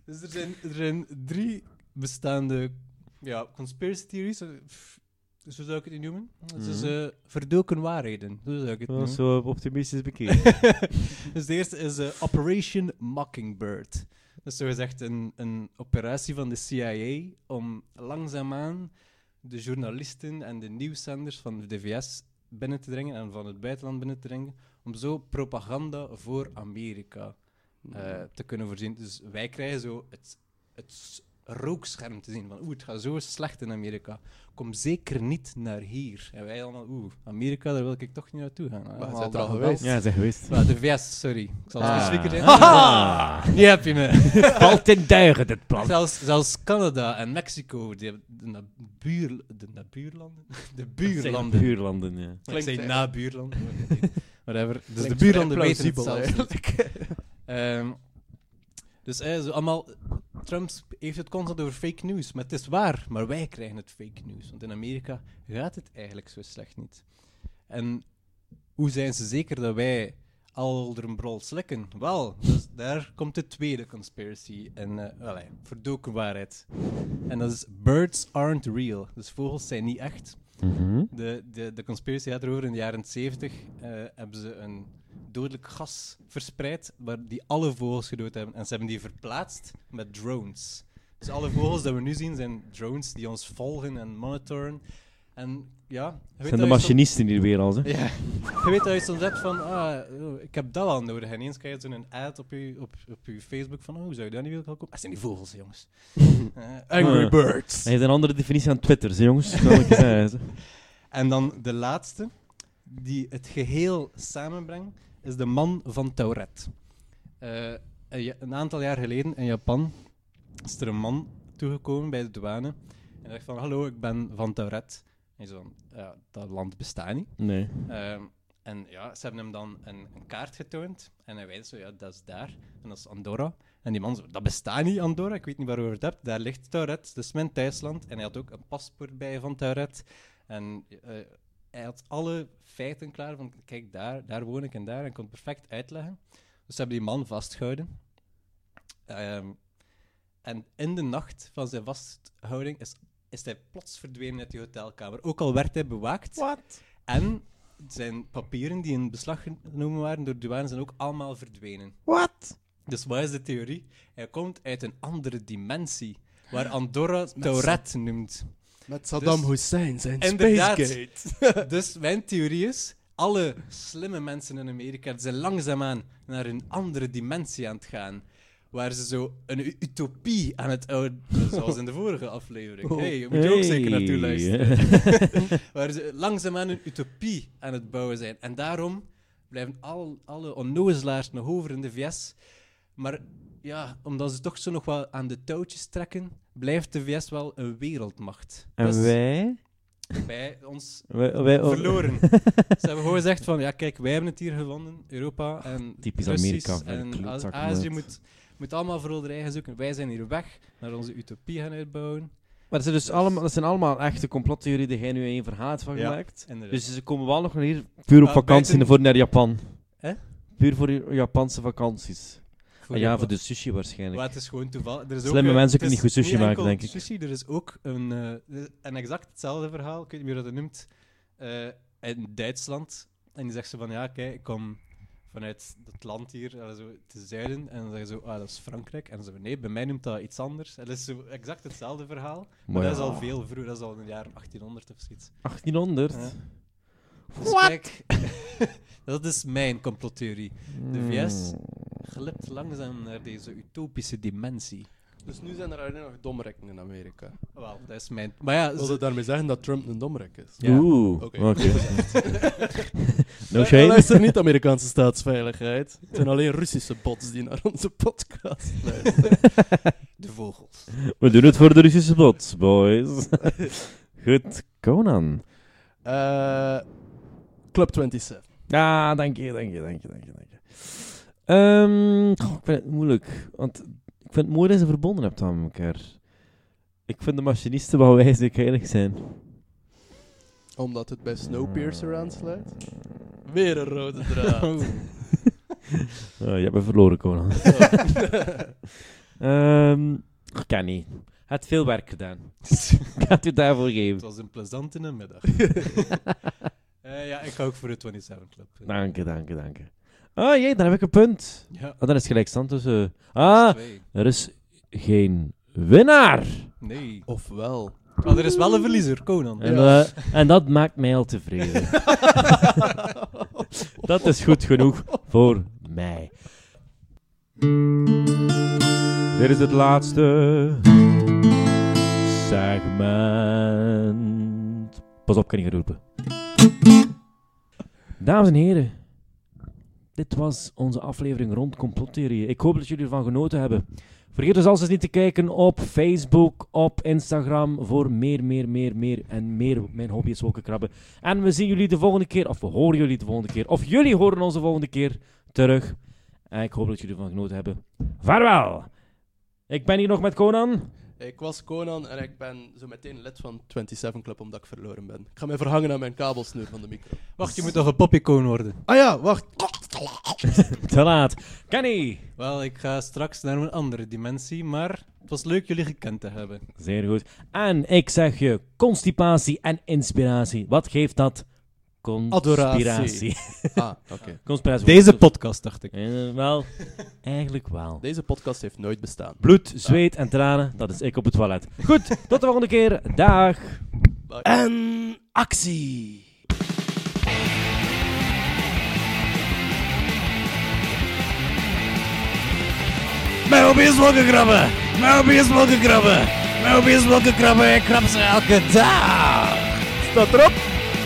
S3: Dus er zijn, er zijn drie bestaande ja, conspiracy theories. eh, pff, Zo zou ik het niet noemen. Het is eh, verdoken waarheden. Zo zou ik het
S2: Dat
S3: noemen.
S2: is zo optimistisch [laughs] bekeken.
S3: [laughs] dus de eerste is eh, Operation Mockingbird. Dat is zogezegd een, een operatie van de CIA om langzaamaan de journalisten en de nieuwszenders van de VS binnen te dringen en van het buitenland binnen te dringen, om zo propaganda voor Amerika
S6: Mhm.
S3: eh, te kunnen voorzien. Dus wij krijgen zo het, het s- rookscherm te zien van oeh, het gaat zo slecht in Amerika. Kom zeker niet naar hier. En wij allemaal, oeh, Amerika, daar wil ik toch niet naartoe gaan.
S6: Maar je
S3: Allemaal
S6: bent er al
S3: dat
S6: geweest.
S2: Ja, zeg geweest.
S3: nou, de VS, sorry. Ik zal
S2: Ah.
S3: specifieker zijn. [laughs]
S2: [laughs] Haha!
S3: Die heb je me.
S1: [laughs]
S2: Valt in duigen, dit plan.
S3: Zelfs, zelfs Canada en Mexico, die hebben de, nabuur, de nabuurlanden? De buurlanden.
S2: Buurlanden, ja.
S3: Maar Ik zei
S6: Klinkt
S3: nabuurlanden. maar ik weet niet. [laughs] Whatever. Dus de
S6: Klinkt
S3: buurlanden
S6: vrij
S3: weten het
S6: plausibel,
S3: zelfs [laughs] niet. Ehm, dus eh, zo allemaal... Trump heeft het constant over fake news. Maar het is waar, maar wij krijgen het fake news. Want in Amerika gaat het eigenlijk zo slecht niet. En hoe zijn ze zeker dat wij Alderenbrol slikken? Wel, dus daar komt de tweede conspiracy en eh allee, verdoken waarheid. En dat is birds aren't real. Dus vogels zijn niet echt.
S2: Mhm.
S3: De, de, de conspiracy had erover in de jaren 70 eh, hebben ze een dodelijk gas verspreid waar die alle vogels gedood hebben. En ze hebben die verplaatst met drones. Dus alle vogels die we nu zien zijn drones die ons volgen en monitoren. En ja, je weet dat
S2: Zijn de
S3: je soms-
S2: machinisten hier weer al, hè?
S3: Ja, je weet dat je soms hebt van, ah, oh, ik heb dat al nodig. En eens krijg je zo'n ad op je, op, op je Facebook van, oh, zou je daar niet willen kopen? Dat zijn die vogels, jongens. [laughs] Eh,
S2: Ah.
S3: Angry Birds.
S2: Hij heeft een andere definitie aan Twitter, hè, jongens. Dat wil [laughs] ik zeggen, hè.
S3: En dan de laatste, die het geheel samenbrengt, is de man van Tauret. Eh, een, ja- een aantal jaar geleden in Japan is er een man toegekomen bij de douane. En hij zegt van, hallo, ik ben van Tauret. En hij zo van, ja, dat land bestaat niet.
S2: Nee.
S3: Ehm, en ja, ze hebben hem dan een, een kaart getoond. En hij weet zo, ja, dat is daar. En dat is Andorra. En die man zo, dat bestaat niet, Andorra. Ik weet niet waarover het hebt. Daar ligt Tauret. Dus mijn thuisland. En hij had ook een paspoort bij van Tauret. En eh, hij had alle feiten klaar. Van, kijk, daar, daar woon ik en daar. En kon het perfect uitleggen. Dus ze hebben die man vastgehouden. Ehm, en in de nacht van zijn vasthouding is, is hij plots verdwenen uit die hotelkamer. Ook al werd hij bewaakt. En zijn papieren die in beslag genomen waren door de douane zijn ook allemaal verdwenen. Wat? Dus wat is de theorie? Hij komt uit een andere dimensie, waar Andorra Tauret noemt. [laughs]
S6: Met Saddam
S3: Dus-
S6: Hussein zijn
S3: Inderdaad.
S6: Spacegate.
S3: Dus mijn theorie is, alle slimme mensen in Amerika zijn langzaamaan naar een andere dimensie aan het gaan. Waar ze zo een u- utopie aan het [laughs] houden, zoals in de vorige aflevering. hey, je moet je ook zeker naartoe
S2: Hey. [laughs]
S3: luisteren. waar ze langzaamaan een utopie aan het bouwen zijn. En daarom blijven al, alle onnozelaars nog over in de VS. Maar ja, omdat ze toch zo nog wel aan de touwtjes trekken, blijft de VS wel een wereldmacht. Dat
S2: En
S3: is
S2: wij?
S3: bij ons
S2: wij, wij oh, [laughs]
S3: verloren. Ze hebben gewoon gezegd van, ja kijk, wij hebben het hier gewonnen, Europa en
S2: Typisch
S3: Russisch
S2: Amerika, van de
S3: en
S2: klootzakken.
S3: A- Azië moet, moet allemaal voor hun eigen zoeken. Wij zijn hier weg, naar onze utopie gaan uitbouwen.
S2: Maar dat zijn, dus allemaal, dat zijn allemaal echte complottheorieën die jij nu één verhaal hebt van
S3: Ja.
S2: gemaakt.
S3: Inderdaad.
S2: Dus ze komen wel nog naar hier puur op
S3: Ah,
S2: vakantie
S3: buiten-
S2: voor naar Japan.
S3: Hè?
S2: Puur voor je- Japanse vakanties.
S3: Voor
S2: En ja,
S3: Japan.
S2: voor de sushi waarschijnlijk.
S3: Maar het is gewoon toeval. Er is
S2: Slimme
S3: ook, eh,
S2: mensen
S3: het
S2: kunnen
S3: is
S2: niet goed sushi maken,
S3: enkel
S2: denk ik.
S3: Sushi, er is ook een, eh, een exact hetzelfde verhaal, ik weet niet meer wat het noemt, eh, in Duitsland. En die zegt ze van, ja, kijk, ik kom vanuit het land hier, eh, zo, te zuiden. En dan zeggen ze, ah, dat is Frankrijk. En dan zeggen ze, nee, bij mij noemt dat iets anders. En dat is zo exact hetzelfde verhaal. Maar,
S2: Maar
S3: dat is
S2: ja.
S3: al veel vroeger, dat is al in de jaren 1800 of zoiets.
S2: 1800?
S3: Ja. Dus kijk, [laughs] dat is mijn complottheorie. De VS
S2: Hmm.
S3: glipt langzaam naar deze utopische dimensie.
S6: Dus nu zijn er alleen nog domrekken in Amerika.
S3: Wel, dat is mijn. Maar ja,
S6: Wil
S3: ze-
S6: je daarmee zeggen dat Trump een domrek is?
S3: Ja.
S2: Oeh.
S6: Oké.
S2: Oké.
S3: [laughs]
S2: Nou, no shame.
S6: Luister niet Amerikaanse staatsveiligheid. Het zijn alleen Russische bots die naar onze podcast luisteren.
S3: de vogels.
S2: We doen het voor de Russische
S3: [laughs]
S2: bots, boys. Goed, Conan.
S6: Eh, Club 27.
S2: Ja, dank je, dank je, dank je, dank je. Dank je. Ehm, goh, ik vind het moeilijk, want ik vind het mooi dat ze verbonden hebt aan elkaar. Ik vind de machinisten wel wijs, ik eerlijk zijn.
S6: Omdat het bij Snowpiercer aansluit. Weer een rode draad.
S2: Eh, je hebt me verloren, Conan. [laughs] Ehm ik kan niet. Hij had veel werk gedaan. ik had u daarvoor
S3: Het
S2: geven.
S3: was een plezante middag. Eh, ja, ik ga ook voor de 27 Club. eh.
S2: Dank je, dank je, dank je. Ah, jee, dan heb ik een punt.
S3: Ja,
S2: Ah, dan is gelijkstand tussen... Ah,
S3: twee.
S2: er is geen winnaar.
S3: Nee.
S6: Ofwel.
S3: Maar er is wel een verliezer, Conan.
S2: En, eh, en dat maakt mij al tevreden. [laughs] dat is goed genoeg voor mij. Dit is het laatste segment. Pas op, kan ik roepen. Dames en heren, dit was onze aflevering rond complottheorieën. Ik hoop dat jullie ervan genoten hebben. Vergeet dus alsjeblieft niet te kijken op Facebook, op Instagram voor meer, meer, meer, meer en meer mijn hobby is wolkenkrabben. En we zien jullie de volgende keer, of we horen jullie de volgende keer, of jullie horen ons de volgende keer terug. En ik hoop dat jullie ervan genoten hebben. Vaarwel! Ik ben hier nog met Conan.
S6: Ik was Conan en ik ben zo meteen lid van 27 Club omdat ik verloren ben. Ik ga mij verhangen aan mijn kabelsnoer van de micro.
S3: [laughs] Wacht, je moet nog een poppycoon worden.
S6: Ah ja, wacht.
S2: Te laat. Kenny!
S3: Wel, ik ga straks naar een andere dimensie, maar het was leuk jullie gekend te hebben.
S2: Zeer goed. En ik zeg je, constipatie en inspiratie. Wat geeft dat? Conspiratie.
S6: Ah, oké.
S2: Conspiratie.
S3: Deze podcast, dacht ik.
S2: Eh, wel, eigenlijk wel.
S6: Deze podcast heeft nooit bestaan.
S2: Bloed, zweet en tranen, dat is ik op het toilet. Goed, tot de volgende keer. Dag.
S6: En actie!
S1: Mijn hobby is wolkenkrabben! Mijn hobby is wolkenkrabben! Mijn hobby is wolkenkrabben! Ik krab ze elke dag!
S6: Staat erop!